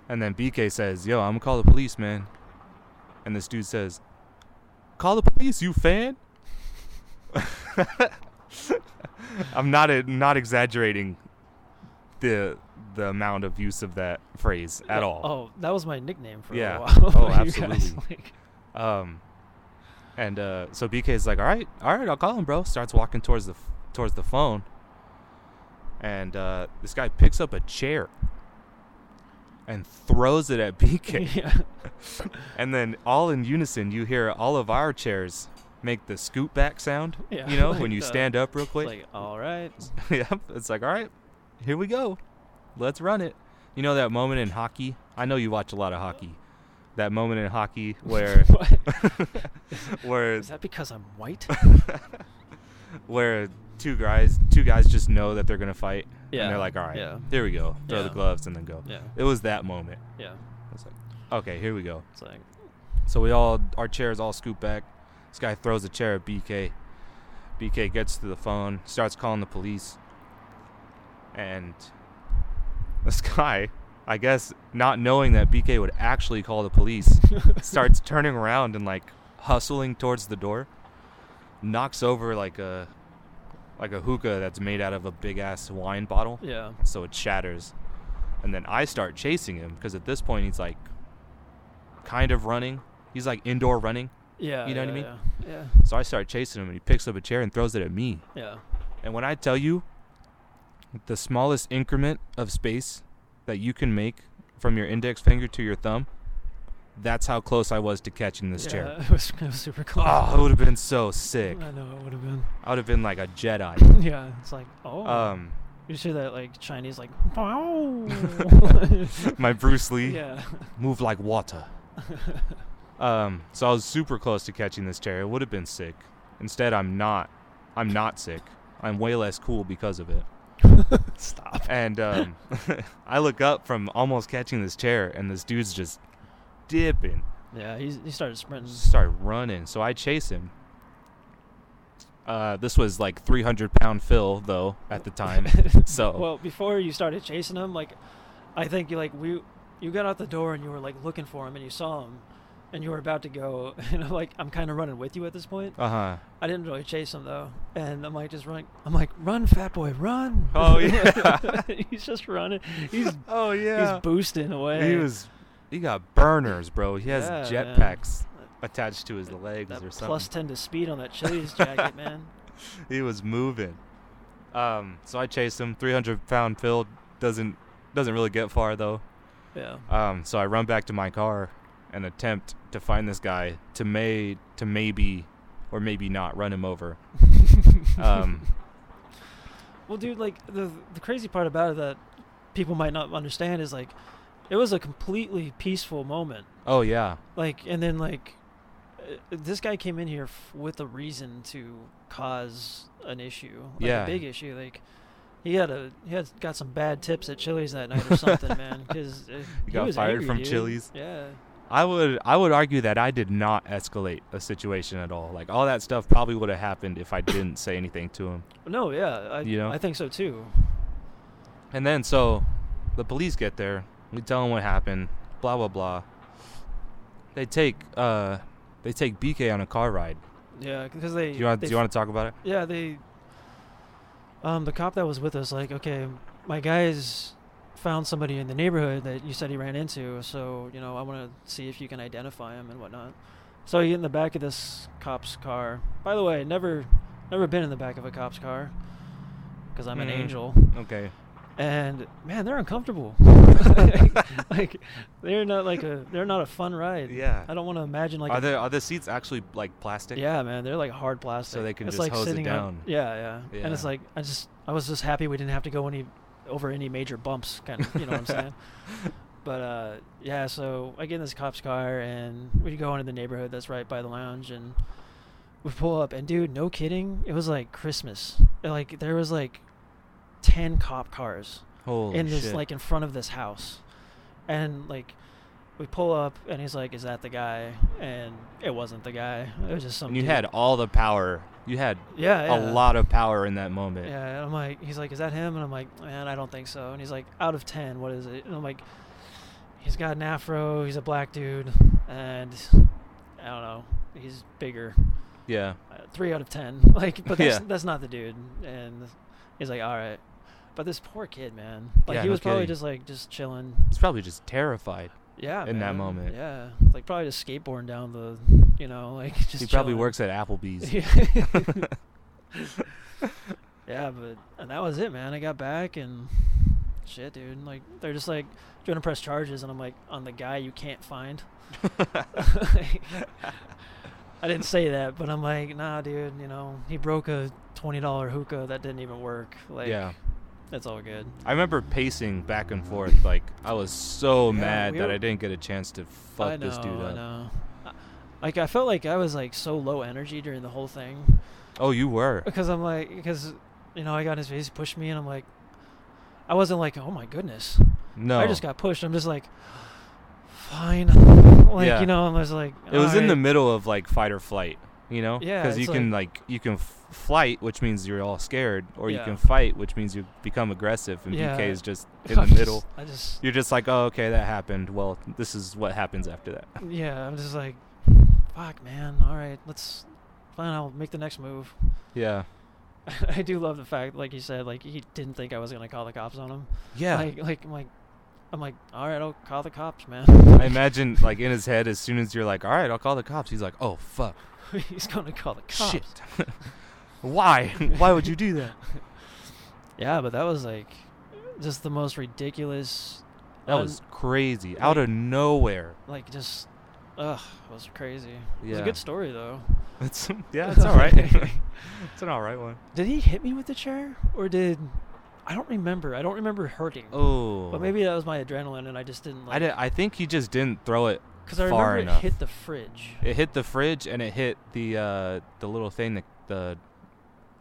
Speaker 5: And then BK says, yo, I'm gonna call the police, man. And this dude says, call the police, you fan. I'm not e-, not exaggerating the the amount of use of that phrase at
Speaker 6: Yeah.
Speaker 5: all.
Speaker 6: Oh, that was my nickname for
Speaker 5: Yeah.
Speaker 6: a while.
Speaker 5: Oh,
Speaker 6: You guys,
Speaker 5: absolutely.
Speaker 6: like-
Speaker 5: Um, and uh, so BK's like, "All right, all right, I'll call him, bro." Starts walking towards the f- towards the phone, and uh, this guy picks up a chair and throws it at BK,
Speaker 6: yeah.
Speaker 5: and then all in unison, you hear all of our chairs make the scoot back sound.
Speaker 6: Yeah,
Speaker 5: you know,
Speaker 6: like
Speaker 5: when you
Speaker 6: the-
Speaker 5: stand up real quick.
Speaker 6: Like, all right.
Speaker 5: yep, it's like, all right, here we go, let's run it. You know that moment in hockey? I know you watch a lot of hockey. That moment in hockey where
Speaker 6: What?
Speaker 5: where
Speaker 6: Is that because I'm white?
Speaker 5: where two guys two guys just know that they're gonna fight
Speaker 6: Yeah,
Speaker 5: and they're like all right
Speaker 6: yeah.
Speaker 5: here we go throw the
Speaker 6: Yeah.
Speaker 5: gloves and then go
Speaker 6: Yeah.
Speaker 5: it was that moment
Speaker 6: yeah.
Speaker 5: i was like okay here we go
Speaker 6: It's like,
Speaker 5: So we all our chairs all scoot back. This guy throws a chair at BK. BK gets to the phone, starts calling the police, and this guy, I guess, not knowing that BK would actually call the police, starts turning around and like hustling towards the door. Knocks over like a like a hookah that's made out of a big ass wine bottle
Speaker 6: Yeah.
Speaker 5: so it shatters. And then I start chasing him because at this point he's like kind of running. He's like indoor running.
Speaker 6: Yeah.
Speaker 5: You know
Speaker 6: yeah,
Speaker 5: what I
Speaker 6: Yeah.
Speaker 5: So I start chasing him and he picks up a chair and throws it at me.
Speaker 6: Yeah. yeah.
Speaker 5: And when I tell you the smallest increment of space that you can make from your index finger to your thumb, that's how close I was to catching this
Speaker 6: yeah,
Speaker 5: chair.
Speaker 6: It was, it was super close.
Speaker 5: Oh, it would have been so sick.
Speaker 6: I know it would have been.
Speaker 5: I would have been like a Jedi.
Speaker 6: Yeah, it's like oh.
Speaker 5: Um,
Speaker 6: you see that like Chinese like wow.
Speaker 5: my Bruce Lee.
Speaker 6: yeah.
Speaker 5: move like water. um, so I was super close to catching this chair. It would have been sick. Instead, I'm not. I'm not sick. I'm way less cool because of it.
Speaker 6: Stop.
Speaker 5: And um, I look up from almost catching this chair, and this dude's just dipping,
Speaker 6: Yeah, he's, he started sprinting.
Speaker 5: started running. So I chase him. Uh, this was like 300 pound Phil though at the time. So
Speaker 6: Well, before you started chasing him, like, I think you like we, you got out the door and you were like looking for him and you saw him, and you were about to go and I'm like I'm kind of running with you at this point.
Speaker 5: uh huh.
Speaker 6: I didn't really chase him though, and I'm like just running. I'm like run, fat boy, run.
Speaker 5: Oh, yeah.
Speaker 6: he's just running. He's
Speaker 5: Oh
Speaker 6: he's boosting away.
Speaker 5: He was. He got burners, bro. He has
Speaker 6: Yeah, man.
Speaker 5: jetpacks attached to his legs
Speaker 6: that
Speaker 5: or something.
Speaker 6: plus ten to speed on that Chili's jacket, man.
Speaker 5: he was moving. Um, so I chased him. 300 pound Phil doesn't doesn't really get far though.
Speaker 6: Yeah.
Speaker 5: Um, so I run back to my car and attempt to find this guy to may to maybe or maybe not run him over. um,
Speaker 6: Well, dude, like the the crazy part about it that people might not understand is like it was a completely peaceful moment.
Speaker 5: oh yeah,
Speaker 6: Like, and then like uh, this guy came in here f- with a reason to cause an issue, like
Speaker 5: Yeah.
Speaker 6: a big issue. Like he had a he had got some bad tips at Chili's that night or something, man. Because he,
Speaker 5: got
Speaker 6: was
Speaker 5: fired
Speaker 6: angry,
Speaker 5: from
Speaker 6: dude.
Speaker 5: Chili's?
Speaker 6: Yeah,
Speaker 5: I would I would argue that I did not escalate a situation at all. Like all that stuff probably would have happened if I didn't say anything to him.
Speaker 6: no, yeah, I,
Speaker 5: You know?
Speaker 6: I think so too.
Speaker 5: And then so the police get there. We tell them what happened. Blah blah blah. They take uh they take BK on a car ride.
Speaker 6: Yeah, because they
Speaker 5: Do you want
Speaker 6: they
Speaker 5: do you want to talk about it?
Speaker 6: Yeah, they. Um, the cop that was with us, like, okay, my guys found somebody in the neighborhood that you said he ran into, so you know I want to see if you can identify him and whatnot. So you get in the back of this cop's car. By the way, never, never been in the back of a cop's car, because I'm an
Speaker 5: Mhm.
Speaker 6: angel.
Speaker 5: Okay.
Speaker 6: And man, they're uncomfortable. like, they're not like a, they're not a fun ride.
Speaker 5: Yeah.
Speaker 6: I don't want to imagine like
Speaker 5: are
Speaker 6: a-
Speaker 5: the are the seats actually like plastic?
Speaker 6: yeah, man, they're like hard plastic.
Speaker 5: they can
Speaker 6: it's
Speaker 5: just
Speaker 6: like
Speaker 5: hose it
Speaker 6: sitting on-
Speaker 5: down.
Speaker 6: yeah, yeah, And it's
Speaker 5: Yeah.
Speaker 6: like I just I was just happy we didn't have to go any over any major bumps, kind of. You know what I'm saying? But uh, yeah, so I get in this cop's car and we go into the neighborhood that's right by the lounge and we pull up and dude, no kidding, it was like Christmas. And, Like there was like ten cop cars
Speaker 5: Holy
Speaker 6: in this
Speaker 5: shit.
Speaker 6: like in front of this house and like we pull up and he's like is that the guy and it wasn't the guy it was just some
Speaker 5: and you
Speaker 6: dude.
Speaker 5: had all the power. You had
Speaker 6: yeah,
Speaker 5: a
Speaker 6: yeah.
Speaker 5: lot of power in that moment.
Speaker 6: yeah and i'm like he's like is that him and i'm like man i don't think so and he's like out of 10 what is it and i'm like he's got an afro he's a black dude and i don't know he's bigger
Speaker 5: Yeah.
Speaker 6: uh, three out of ten. Like, but that's,
Speaker 5: Yeah.
Speaker 6: that's not the dude. And he's like, all right. But this poor kid, man. Like
Speaker 5: Yeah,
Speaker 6: he
Speaker 5: no
Speaker 6: was probably
Speaker 5: kidding.
Speaker 6: just like just chilling.
Speaker 5: He's probably just terrified.
Speaker 6: Yeah.
Speaker 5: in that
Speaker 6: man.
Speaker 5: moment.
Speaker 6: Yeah. Like probably just skateboarding down the, you know, like just.
Speaker 5: he probably
Speaker 6: chilling.
Speaker 5: works at Applebee's.
Speaker 6: yeah, but and that was it, man. I got back and shit, dude. Like they're just like trying to press charges, and I'm like on the guy you can't find. I didn't say that, but I'm like, nah, dude. You know, he broke a twenty dollar hookah that didn't even work. Like,
Speaker 5: yeah.
Speaker 6: that's all good.
Speaker 5: I remember pacing back and forth. Like I was so
Speaker 6: Yeah,
Speaker 5: mad
Speaker 6: we
Speaker 5: that
Speaker 6: were-
Speaker 5: I didn't get a chance to fuck
Speaker 6: I know,
Speaker 5: this dude
Speaker 6: I
Speaker 5: up.
Speaker 6: know. I- Like I felt like I was like so low energy during the whole thing.
Speaker 5: Oh, you were.
Speaker 6: because I'm like, because you know, I got in his face, he pushed me, and I'm like, I wasn't like, oh my goodness,
Speaker 5: No.
Speaker 6: I just got pushed. I'm just like, fine. like
Speaker 5: Yeah.
Speaker 6: you know, I was like,
Speaker 5: It was in the
Speaker 6: "Alright."
Speaker 5: middle of like fight or flight, you know?
Speaker 6: Yeah,
Speaker 5: Because you
Speaker 6: it's
Speaker 5: can like you can f- flight, which means you're all scared, or you
Speaker 6: Yeah.
Speaker 5: can fight, which means you become aggressive. And
Speaker 6: Yeah.
Speaker 5: BK is just in
Speaker 6: I
Speaker 5: the
Speaker 6: just-
Speaker 5: middle.
Speaker 6: I just
Speaker 5: You're just like, oh, okay, that happened. Well, this is what happens after that.
Speaker 6: yeah, I'm just like, fuck, man. All right, let's fine. I'll make the next move.
Speaker 5: Yeah.
Speaker 6: I do love the fact, like you said, like he didn't think I was gonna call the cops on him.
Speaker 5: Yeah.
Speaker 6: Like, like, I'm like, I'm like, all right, I'll call the cops, man.
Speaker 5: I imagine like in his head, as soon as you're like, all right, I'll call the cops. He's like, oh fuck,
Speaker 6: He's gonna call the cops.
Speaker 5: shit. Why? Why would you do that?
Speaker 6: Yeah, but that was like just the most ridiculous.
Speaker 5: That
Speaker 6: un-
Speaker 5: was crazy, out of nowhere.
Speaker 6: like just, ugh, it was crazy. It was a
Speaker 5: Yeah.
Speaker 6: good story though.
Speaker 5: It's yeah, it's all right. it's an all right one.
Speaker 6: Did he hit me with the chair, or did I don't remember? I don't remember hurting.
Speaker 5: Oh,
Speaker 6: But maybe that was my adrenaline, and I just didn't like.
Speaker 5: I did, I think he just didn't throw it
Speaker 6: Because I
Speaker 5: far
Speaker 6: remember
Speaker 5: enough.
Speaker 6: it hit the fridge.
Speaker 5: It hit the fridge and it hit the uh, the little thing that the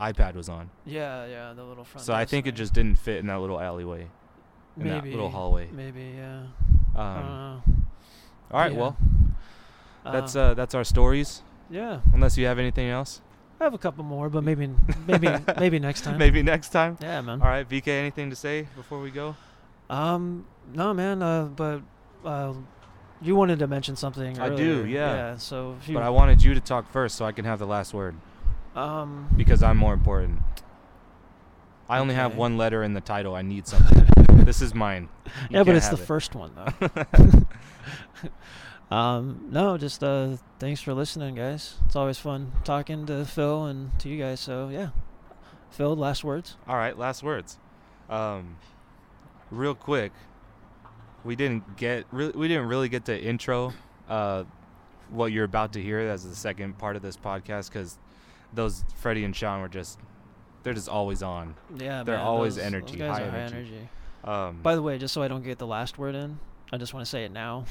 Speaker 5: iPad was on.
Speaker 6: Yeah, yeah, the little front.
Speaker 5: so I
Speaker 6: desk
Speaker 5: think it
Speaker 6: thing.
Speaker 5: just didn't fit in that little alleyway, in that little hallway.
Speaker 6: Maybe, yeah.
Speaker 5: Um,
Speaker 6: I don't
Speaker 5: all
Speaker 6: know.
Speaker 5: right,
Speaker 6: Uh, Yeah.
Speaker 5: well that's
Speaker 6: Uh,
Speaker 5: uh, that's our stories.
Speaker 6: yeah.
Speaker 5: Unless you have anything else,
Speaker 6: I have a couple more, but maybe, maybe, maybe next time.
Speaker 5: maybe next time.
Speaker 6: Yeah, man.
Speaker 5: All right, VK, anything to say before we go?
Speaker 6: Um, no, man. Uh, but uh, you wanted to mention something.
Speaker 5: I do,
Speaker 6: earlier.
Speaker 5: yeah.
Speaker 6: Yeah. So if you,
Speaker 5: But I wanted you to talk first so I can have the last word
Speaker 6: um,
Speaker 5: because I'm more important. I only have
Speaker 6: Okay.
Speaker 5: one letter in the title. I need something. this is mine. You
Speaker 6: yeah,
Speaker 5: can't
Speaker 6: but it's the
Speaker 5: have it.
Speaker 6: first one though. um, no, just uh, thanks for listening, guys. It's always fun talking to Phil and to you guys. So yeah, Phil, last words.
Speaker 5: All right, last words. Um, real quick, we didn't get really we didn't really get to intro uh, what you're about to hear as the second part of this podcast because those Freddie and Sean were just they're just always on.
Speaker 6: Yeah,
Speaker 5: They're
Speaker 6: man,
Speaker 5: always
Speaker 6: those-
Speaker 5: energy,
Speaker 6: those guys
Speaker 5: high
Speaker 6: are
Speaker 5: energy.
Speaker 6: High energy.
Speaker 5: Um,
Speaker 6: By the way, just so I don't get the last word in, I just want to say it now.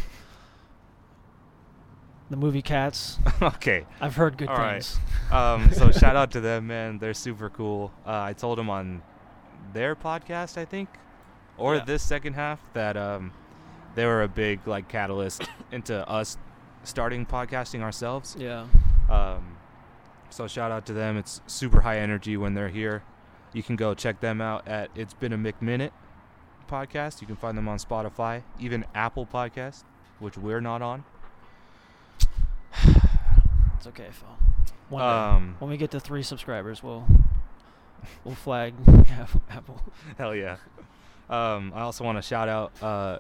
Speaker 6: The movie Cats.
Speaker 5: okay,
Speaker 6: I've heard good
Speaker 5: All right.
Speaker 6: things.
Speaker 5: um, so shout out to them, man. They're super cool. Uh, I told them on their podcast, I think, or
Speaker 6: Yeah.
Speaker 5: this second half that um, they were a big like catalyst into us starting podcasting ourselves.
Speaker 6: Yeah.
Speaker 5: Um, so shout out to them. It's super high energy when they're here. You can go check them out at It's Been a McMinute podcast. You can find them on Spotify, even Apple Podcast, which we're not on.
Speaker 6: It's okay, Phil. One
Speaker 5: Um,
Speaker 6: day, when we get to three subscribers, we'll we'll flag Apple.
Speaker 5: Hell yeah. Um, I also want to shout out uh,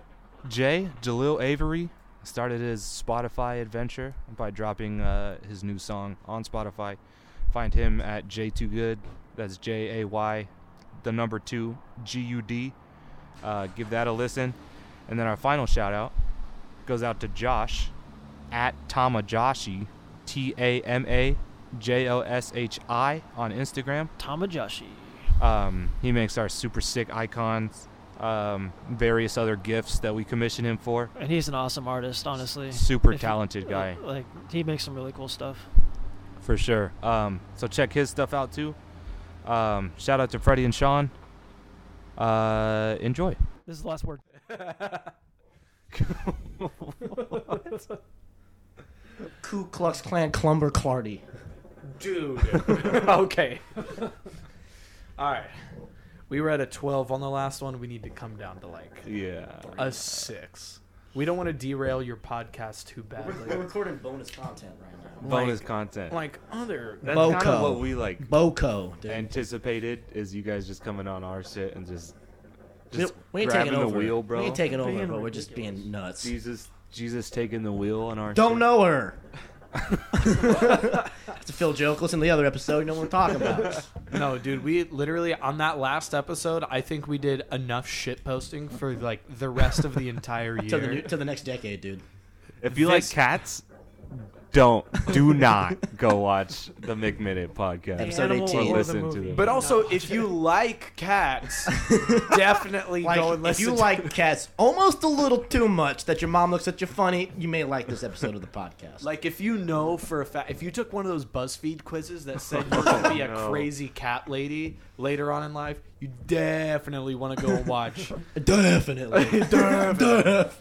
Speaker 5: Jay Jalil Avery. Started his Spotify adventure by dropping uh, his new song on Spotify. Find him at J2Good. That's J A Y, the number two, G U D. Uh, give that a listen. And then our final shout out goes out to Josh at Tamajoshi, T A M A J O S H I on Instagram.
Speaker 6: Tamajoshi.
Speaker 5: Um, he makes our super sick icons, um, various other gifts that we commission him for.
Speaker 6: And he's an awesome artist, honestly.
Speaker 5: Super
Speaker 6: If you-
Speaker 5: talented guy.
Speaker 6: uh, Like he makes some really cool stuff.
Speaker 5: For sure. Um, so check his stuff out too. Um, shout out to Freddie and Sean. Uh, enjoy.
Speaker 6: This is the last word.
Speaker 1: Ku Klux Klan Clumber Clardy.
Speaker 2: Dude. okay. All right. We were at a 12 on the last one. We need to come down to like
Speaker 5: Yeah.
Speaker 2: a 6. We don't want to derail your podcast too badly.
Speaker 1: recording bonus content right now.
Speaker 5: Bonus content.
Speaker 2: Like other
Speaker 5: That's
Speaker 1: Boco.
Speaker 5: kind of what we like
Speaker 1: Boco, dude.
Speaker 5: anticipated is you guys just coming on our shit and just
Speaker 1: we,
Speaker 5: just
Speaker 1: we ain't
Speaker 5: grabbing
Speaker 1: taking
Speaker 5: the
Speaker 1: over.
Speaker 5: wheel, bro.
Speaker 1: We ain't taking over, but we're just being nuts.
Speaker 5: Jesus, Jesus taking the wheel on our.
Speaker 1: Don't
Speaker 5: shit.
Speaker 1: know her. That's a Phil joke. Listen to the other episode. You know what we're talking about.
Speaker 2: No, dude, we literally on that last episode, I think we did enough shit posting for like the rest of the entire
Speaker 1: Till the, new,
Speaker 2: year.
Speaker 1: till the next decade, dude.
Speaker 5: If you
Speaker 2: This-
Speaker 5: like cats, don't do not go watch the McMinute podcast.
Speaker 1: Episode
Speaker 6: animal
Speaker 5: Or
Speaker 1: 18.
Speaker 6: or the
Speaker 5: listen to
Speaker 6: movie.
Speaker 5: them.
Speaker 2: But also, if you like cats, definitely
Speaker 1: Like,
Speaker 2: go and
Speaker 1: if
Speaker 2: listen.
Speaker 1: you
Speaker 2: to-
Speaker 1: like cats almost a little too much that your mom looks at you funny, you may like this episode of the podcast.
Speaker 2: like if you know for a fact, if you took one of those BuzzFeed quizzes that said you're gonna be a
Speaker 5: no.
Speaker 2: crazy cat lady later on in life, you definitely want to go and watch.
Speaker 1: Definitely. Definitely.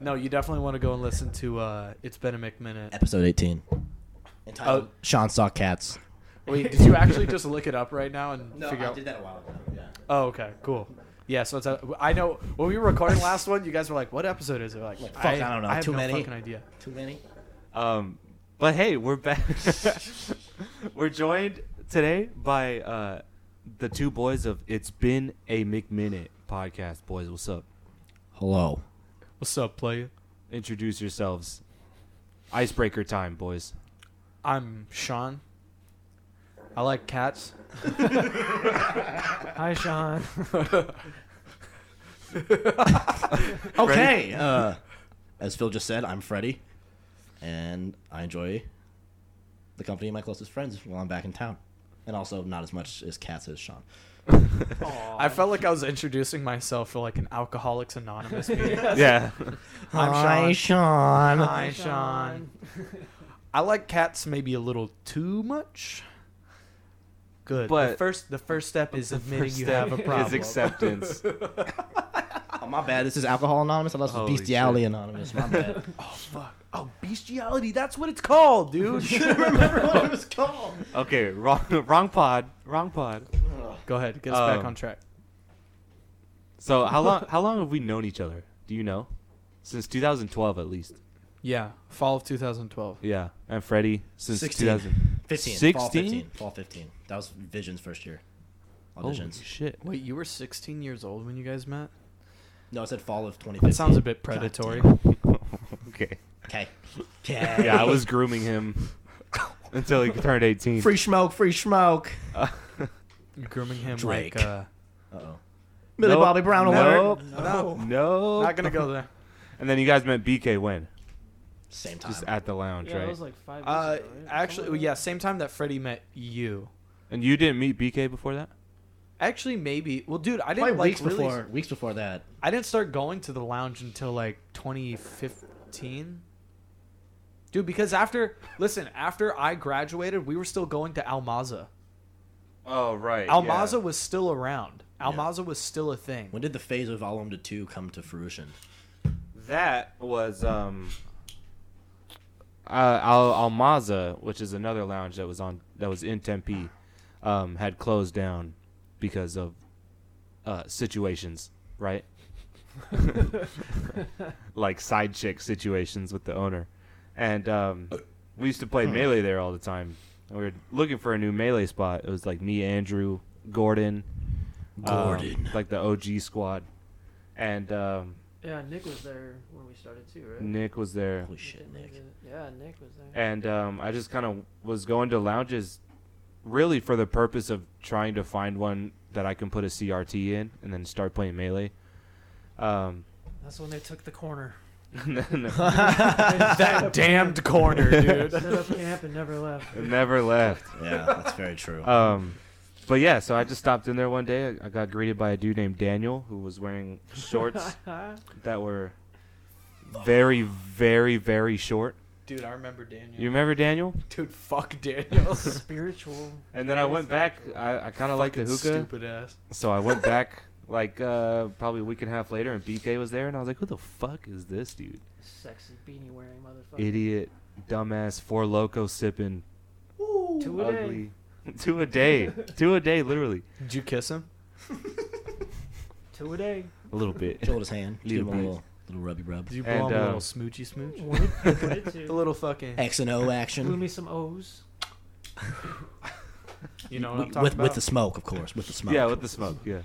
Speaker 2: No, you definitely want to go and listen to uh, It's Been a McMinute.
Speaker 1: Episode 18.
Speaker 2: Oh.
Speaker 1: Entitled Sean Saw Cats.
Speaker 2: Wait, did you actually just look it up right now and figure out?
Speaker 1: that a while ago. Yeah.
Speaker 2: Oh, okay, cool. Yeah, so it's a, I know when we were recording last one, you guys were like, "What episode is it?" We're like,
Speaker 1: fuck, I don't know,
Speaker 2: I have
Speaker 1: too
Speaker 2: no
Speaker 1: many."
Speaker 2: fucking idea.
Speaker 1: Too many?
Speaker 5: Um, but hey, we're back. we're joined today by uh, the two boys of It's Been a McMinute podcast. Boys, what's up?
Speaker 1: Hello.
Speaker 2: What's up, playa?
Speaker 5: Introduce yourselves. Icebreaker time, boys.
Speaker 2: I'm Sean. I like cats.
Speaker 6: Hi, Sean.
Speaker 1: Okay. Uh, as Phil just said, I'm Freddie, and I enjoy the company of my closest friends while I'm back in town, and also not as much as cats as Sean.
Speaker 2: I felt like I was introducing myself for like an Alcoholics Anonymous meeting.
Speaker 5: Yeah.
Speaker 2: I'm
Speaker 1: Hi, Sean.
Speaker 2: Sean. Hi, Sean. I like cats maybe a little too much. Good. the
Speaker 5: But-
Speaker 2: first, the first step is admitting
Speaker 5: First
Speaker 2: you
Speaker 5: step
Speaker 2: have a problem.
Speaker 5: Is acceptance.
Speaker 1: Oh, my bad. This is Alcohol Anonymous. Unless it's
Speaker 5: Holy
Speaker 1: Bestiality
Speaker 5: shit.
Speaker 1: Anonymous. My bad.
Speaker 2: Fuck. Oh, bestiality. That's what it's called, dude.
Speaker 1: remember what it was called.
Speaker 5: okay, wrong, wrong pod, wrong pod.
Speaker 2: Go ahead. Get us back
Speaker 5: Um,
Speaker 2: on track.
Speaker 5: So how long? How long have we known each other? Do you know? Since 2012, at least.
Speaker 2: Yeah. Fall of 2012.
Speaker 5: Yeah, and Freddie since
Speaker 1: 16.
Speaker 5: 2000.
Speaker 1: 15. Fall
Speaker 5: 16?
Speaker 1: 15. Fall 15. That was Vision's first year.
Speaker 5: Holy
Speaker 1: Auditions.
Speaker 5: shit!
Speaker 2: Wait, you were 16 years old when you guys met?
Speaker 1: No, I said fall of 2015.
Speaker 2: That sounds a bit predatory.
Speaker 5: Okay.
Speaker 1: Okay.
Speaker 5: Yeah, I was grooming him until he turned 18.
Speaker 1: Free smoke, free smoke.
Speaker 2: You're grooming him
Speaker 1: Drake.
Speaker 2: like. Uh,
Speaker 1: Uh oh. Millie Bobby Brown
Speaker 5: nope,
Speaker 1: alert.
Speaker 5: Nope. No.
Speaker 2: not gonna go there.
Speaker 5: And then you guys met BK when?
Speaker 1: Same time.
Speaker 5: Just at the lounge,
Speaker 6: yeah, that
Speaker 5: right?
Speaker 6: was like five. Years
Speaker 2: Uh,
Speaker 6: ago, right?
Speaker 2: actually,
Speaker 6: Something
Speaker 2: yeah. Same time that Freddie met you.
Speaker 5: and you didn't meet BK before that?
Speaker 2: Actually, maybe. Well, dude, I
Speaker 1: Probably
Speaker 2: didn't like
Speaker 1: weeks
Speaker 2: really.
Speaker 1: before. Weeks before that.
Speaker 2: I didn't start going to the lounge until like 2015. Dude, because after listen, after I graduated, we were still going to Almaza.
Speaker 5: Oh right.
Speaker 2: Almaza was still around. Almaza was still a thing.
Speaker 1: When did the phase of Alum to Two come to fruition?
Speaker 5: That was um. Uh, Al- Almaza, which is another lounge that was on that was in Tempe, um, had closed down because of uh, situations, right? like side chick situations with the owner, and um, we used to play melee there all the time. And we were looking for a new melee spot. It was like me, Andrew, Gordon, um,
Speaker 1: Gordon.
Speaker 5: like the OG squad, and um,
Speaker 6: Yeah, Nick was there when we started too, right?
Speaker 5: Nick was there.
Speaker 1: Holy shit, Nick.
Speaker 6: Yeah, Nick was there.
Speaker 5: and um, I just kind of was going to lounges really for the purpose of trying to find one that I can put a CRT in and then start playing melee. Um,
Speaker 6: That's when they took the corner.
Speaker 5: and then
Speaker 2: that damned corner, dude.
Speaker 6: Set up camp and never left.
Speaker 5: I never left.
Speaker 1: Yeah, that's very true.
Speaker 2: Uh,
Speaker 5: Um, but yeah, so I just stopped in there one day. I got greeted by a dude named Daniel who was wearing shorts that were very, very, very short.
Speaker 2: Dude, I remember Daniel.
Speaker 5: You remember Daniel?
Speaker 2: dude, fuck Daniel.
Speaker 6: Spiritual.
Speaker 5: And then I went back. I, I kind of liked the hookah.
Speaker 2: Stupid ass.
Speaker 5: So I went back like uh, probably a week and a half later, and BK was there, and I was like, "Who the fuck is this dude?
Speaker 6: Sexy beanie wearing motherfucker.
Speaker 5: Idiot, dumbass, four loco sipping,
Speaker 6: Two a day.
Speaker 5: ugly, two a day, two a day, literally,
Speaker 2: Did you kiss him?
Speaker 6: Two a day.
Speaker 5: a little bit."
Speaker 1: Hold his hand. Just give him a
Speaker 5: Dude,
Speaker 1: little, little rubby rub.
Speaker 2: Did you blow
Speaker 5: And,
Speaker 2: him a
Speaker 5: uh,
Speaker 2: little smoochy smooch?
Speaker 6: Wanted, wanted
Speaker 2: The
Speaker 6: to.
Speaker 2: little fucking,
Speaker 1: X and O
Speaker 6: Blew
Speaker 1: action.
Speaker 6: me some O's.
Speaker 2: you know what I'm
Speaker 1: With,
Speaker 2: talking
Speaker 1: with,
Speaker 2: about?
Speaker 1: the smoke, of course. With the smoke.
Speaker 5: Yeah, with the smoke. Yeah.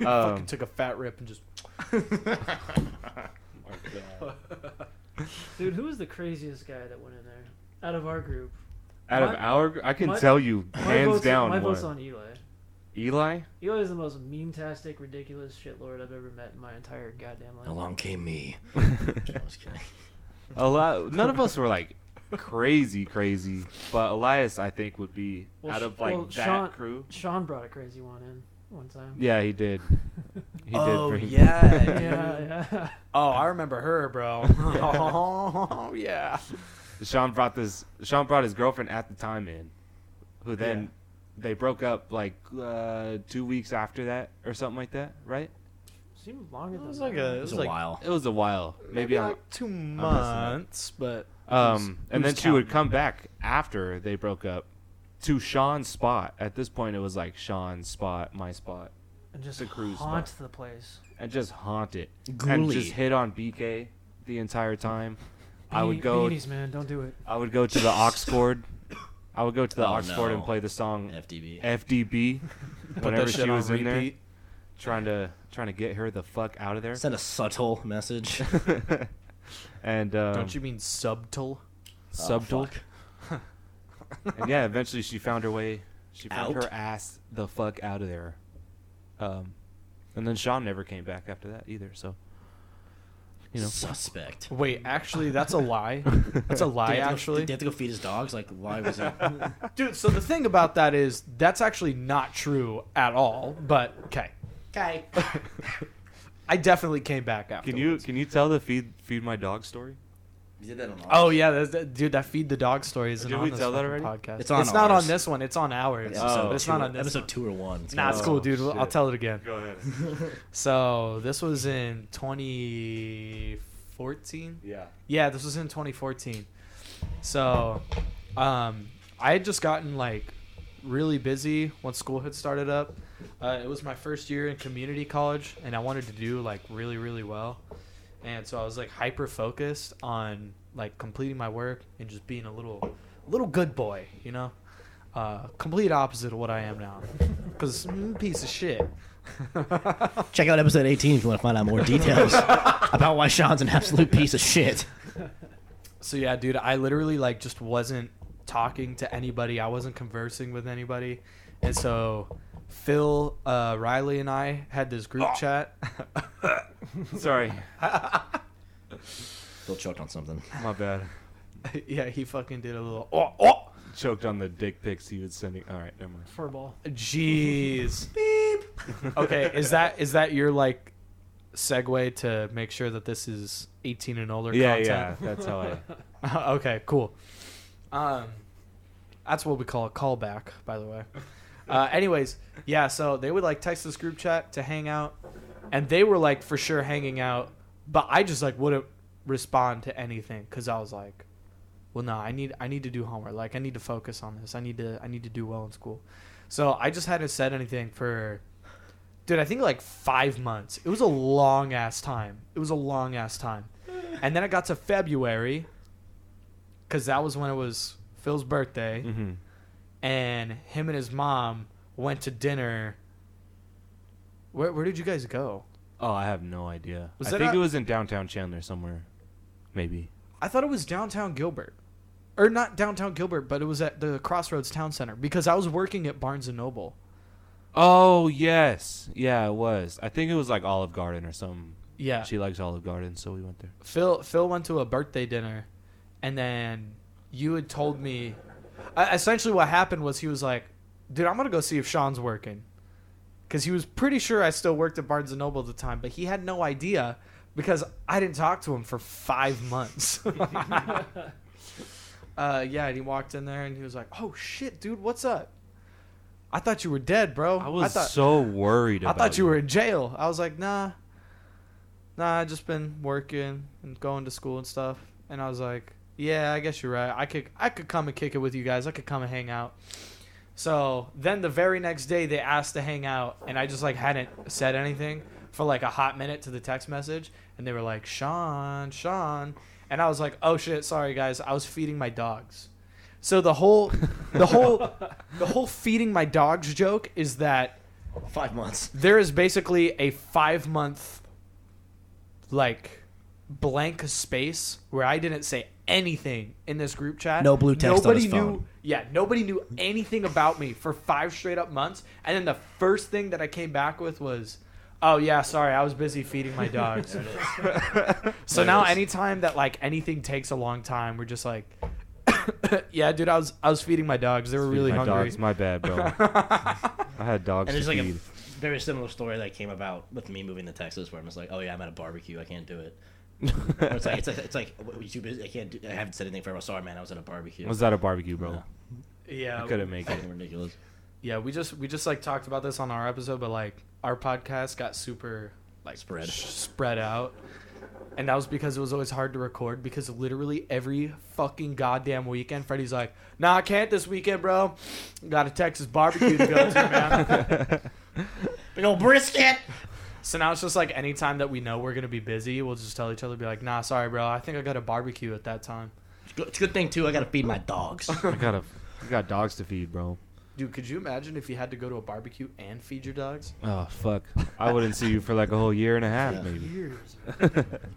Speaker 2: fucking
Speaker 5: Um,
Speaker 2: took a fat rip and just.
Speaker 5: Um,
Speaker 6: Dude, who was the craziest guy that went in there? Out of our group.
Speaker 5: out of
Speaker 6: my-
Speaker 5: our, gr- I can
Speaker 6: my-
Speaker 5: tell you
Speaker 6: My
Speaker 5: hands
Speaker 6: vote's-
Speaker 5: down
Speaker 6: My
Speaker 5: one.
Speaker 6: vote's on Eli.
Speaker 5: Eli.
Speaker 6: Eli is the most meme-tastic, ridiculous shitlord I've ever met in my entire goddamn life.
Speaker 1: Along came me. I was kidding.
Speaker 5: A lot. None of us were like crazy, crazy, but Elias, I think, would be
Speaker 6: Well,
Speaker 5: out
Speaker 6: Sh-
Speaker 5: of like
Speaker 6: well,
Speaker 5: that
Speaker 6: Sean-
Speaker 5: crew.
Speaker 6: Sean brought a crazy one in one time.
Speaker 5: Yeah, he did. He
Speaker 2: oh
Speaker 5: bring-
Speaker 2: yeah, dude.
Speaker 6: Yeah, yeah.
Speaker 2: Oh, I remember her, bro. oh yeah.
Speaker 5: Sean brought this. Sean brought his girlfriend at the time in, who then
Speaker 2: Yeah.
Speaker 5: they broke up like uh, two weeks after that or something like that, right?
Speaker 6: seemed longer
Speaker 2: It
Speaker 6: than
Speaker 2: was
Speaker 6: that.
Speaker 2: like a, it
Speaker 1: It
Speaker 2: was
Speaker 1: was a
Speaker 2: like
Speaker 1: while.
Speaker 5: It was a while. Maybe
Speaker 2: maybe
Speaker 5: on.
Speaker 2: like two months, but
Speaker 5: Um, and
Speaker 2: who's
Speaker 5: then she would
Speaker 2: counting?
Speaker 5: come back after they broke up to Sean's spot. At this point, it was like Sean's spot, my spot,
Speaker 6: and just
Speaker 5: the cruise
Speaker 6: haunt the place.
Speaker 5: and just haunt it and
Speaker 1: Ghouly.
Speaker 5: just hit on BK the entire time. I would
Speaker 6: Beanie-
Speaker 5: go.
Speaker 6: Beanies, man, don't do it.
Speaker 5: I would go to the Oxford. I would go to the
Speaker 1: Oh,
Speaker 5: Oxford and
Speaker 1: no.
Speaker 5: play the song
Speaker 1: FDB.
Speaker 5: FDB
Speaker 2: put
Speaker 5: whenever
Speaker 2: that shit
Speaker 5: she
Speaker 2: on
Speaker 5: was in there,
Speaker 2: repeat.
Speaker 5: trying to trying to get her the fuck out of there.
Speaker 1: Send a subtle message.
Speaker 5: and um,
Speaker 2: Don't you mean subtle?
Speaker 5: subtle.
Speaker 1: Oh, fuck.
Speaker 5: and yeah, eventually she found her way. She found
Speaker 1: Out.
Speaker 5: her ass the fuck out of there. Um, and then Sean never came back after that either. So, you know,
Speaker 1: Suspect.
Speaker 2: Wait, actually, that's a lie. That's a
Speaker 1: Did
Speaker 2: lie,
Speaker 1: he have to go-
Speaker 2: actually.
Speaker 1: did he have to go feed his dogs? Like, why was it?
Speaker 2: Dude, so the thing about that is that's actually not true at all. But okay,
Speaker 1: okay.
Speaker 2: I definitely came back after.
Speaker 5: can you can you tell the feed feed my dog story?
Speaker 1: You did that on
Speaker 2: Oh yeah, that's, that- dude, that feed the dog story is
Speaker 5: Did
Speaker 2: on
Speaker 5: we
Speaker 2: this
Speaker 5: tell that
Speaker 2: fucking
Speaker 5: already?
Speaker 2: podcast.
Speaker 1: It's on
Speaker 2: not on
Speaker 1: ours.
Speaker 2: this one. It's on ours.
Speaker 5: episode
Speaker 2: oh, it's not
Speaker 1: two-
Speaker 2: on this.
Speaker 1: Episode
Speaker 2: one.
Speaker 1: two or one. It's
Speaker 2: Nah,
Speaker 1: gonna-
Speaker 2: it's cool,
Speaker 5: Oh,
Speaker 2: dude. I'll
Speaker 5: shit.
Speaker 2: tell it again.
Speaker 5: Go ahead.
Speaker 2: So this was in 2014.
Speaker 5: yeah.
Speaker 2: Yeah, this was in 2014. So, um, I had just gotten like really busy once school had started up. Uh, it was my first year in community college, and I wanted to do like really, really well. And so I was like hyper focused on like completing my work and just being a little, little good boy, you know. Uh, complete opposite of what I am now, because piece of shit.
Speaker 1: Check out episode 18 if you want to find out more details about why Sean's an absolute piece of shit.
Speaker 2: So yeah, dude, I literally like just wasn't talking to anybody. I wasn't conversing with anybody, and so Phil, uh, Riley, and I had this
Speaker 5: Ah.
Speaker 2: group chat.
Speaker 5: Sorry,
Speaker 1: Bill choked on something.
Speaker 5: my bad.
Speaker 2: yeah, he fucking did a little. Oh, oh,
Speaker 5: Choked on the dick pics he was sending. All right, never mind.
Speaker 6: Furball.
Speaker 2: jeez. Beep. Okay, is that is that your like segue to make sure that this is eighteen and older?
Speaker 5: Yeah,
Speaker 2: content?
Speaker 5: yeah, that's how I.
Speaker 2: okay, cool. Um, that's what we call a callback, by the way. Uh, anyways, yeah, so they would like text this group chat to hang out, and they were like for sure hanging out, but I just like wouldn't respond to anything because I was like, well, no, I need I need to do homework. Like I need to focus on this. I need to I need to do well in school. So I just hadn't said anything for, dude. I think like five months. It was a long ass time. It was a long ass time, and then it got to February because that was when it was Phil's birthday,
Speaker 5: Mm-hmm.
Speaker 2: and him and his mom went to dinner. Where Where did you guys go?
Speaker 5: Oh, I have no idea.
Speaker 2: Was
Speaker 5: I
Speaker 2: that
Speaker 5: think
Speaker 2: a-
Speaker 5: it was in downtown Chandler somewhere, maybe.
Speaker 2: I thought it was downtown Gilbert, or not downtown Gilbert, but it was at the Crossroads Town Center because I was working at Barnes and Noble.
Speaker 5: Oh yes, yeah, it was. I think it was like Olive Garden or something.
Speaker 2: Yeah,
Speaker 5: She likes Olive Garden, so we went there.
Speaker 2: Phil Phil went to a birthday dinner, and then you had told me. I, essentially, what happened was he was like, "Dude, I'm gonna go see if Sean's working," because he was pretty sure I still worked at Barnes and Noble at the time, but he had no idea because I didn't talk to him for five months. uh, yeah, and he walked in there and he was like, "Oh shit, dude, what's up? I thought you were dead, bro.
Speaker 5: I was
Speaker 2: thought,
Speaker 5: so worried.
Speaker 2: I
Speaker 5: About
Speaker 2: thought you were in jail. I was like, nah, nah. I just been working and going to school and stuff. And I was like, yeah, I guess you're right. I could, I could come and kick it with you guys. I could come and hang out. So then the very next day they asked to hang out, and I just like hadn't said anything for like a hot minute to the text message, and they were like, Sean, Sean, and I was like, oh shit, sorry guys, I was feeding my dogs. So the whole, the whole, the whole feeding my dogs joke is that
Speaker 1: Five months.
Speaker 2: there is basically a five month like blank space where I didn't say anything in this group chat.
Speaker 1: No blue text on
Speaker 2: Nobody
Speaker 1: his
Speaker 2: knew.
Speaker 1: phone.
Speaker 2: Yeah, nobody knew anything about me for five straight up months. And then the first thing that I came back with was, "Oh yeah, sorry, I was busy feeding my dogs." so now anytime that like anything takes a long time, we're just like. yeah, dude, I was I was feeding my dogs. They were really
Speaker 5: my
Speaker 2: hungry.
Speaker 5: dogs. My bad, bro. I had
Speaker 1: And
Speaker 5: dogs to
Speaker 1: there's like a
Speaker 5: feed.
Speaker 1: very similar story that came about with me moving to Texas, where I'm just like, oh yeah, I'm at a barbecue, I can't do it. Or it's like it's like, it's like what, you too busy? I can't. Do, I haven't said anything for a while. Sorry, man, I was at a barbecue.
Speaker 5: was that a barbecue, bro?
Speaker 1: No.
Speaker 2: yeah,
Speaker 5: I couldn't make it.
Speaker 1: Fucking ridiculous.
Speaker 2: Yeah, we just we just like talked about this on our episode, but like our podcast got super like
Speaker 1: Spread.
Speaker 2: sh- spread out. And that was because it was always hard to record because literally every fucking goddamn weekend, Freddie's like, "Nah, I can't this weekend, bro. Got a Texas barbecue to go to, man."
Speaker 1: Big old brisket.
Speaker 2: so now it's just like anytime that we know we're gonna be busy, we'll just tell each other, "Be like, nah, sorry, bro. I think I got a barbecue at that time."
Speaker 1: It's a good thing too. I gotta feed my dogs.
Speaker 5: I gotta.
Speaker 4: You got dogs to feed, bro.
Speaker 2: Dude, could you imagine if you had to go to a barbecue and feed your dogs?
Speaker 5: Oh fuck! I wouldn't see you for like a whole year and a half, maybe.
Speaker 2: Years.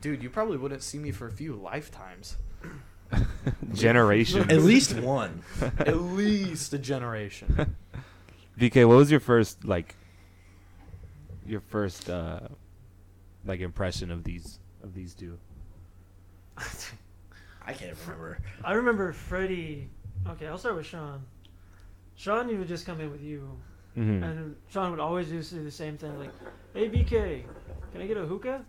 Speaker 2: Dude, you probably wouldn't see me for a few lifetimes.
Speaker 5: Generation.
Speaker 1: At least one.
Speaker 2: At least a generation.
Speaker 5: DK, what was your first like? Your first uh, like impression of these of these two?
Speaker 1: I can't remember.
Speaker 6: I remember Freddie. Okay, I'll start with Sean. Sean, you would just come in with you,
Speaker 5: Mm-hmm.
Speaker 6: and Sean would always just do the same thing, like, "Hey, BK, can I get a hookah?"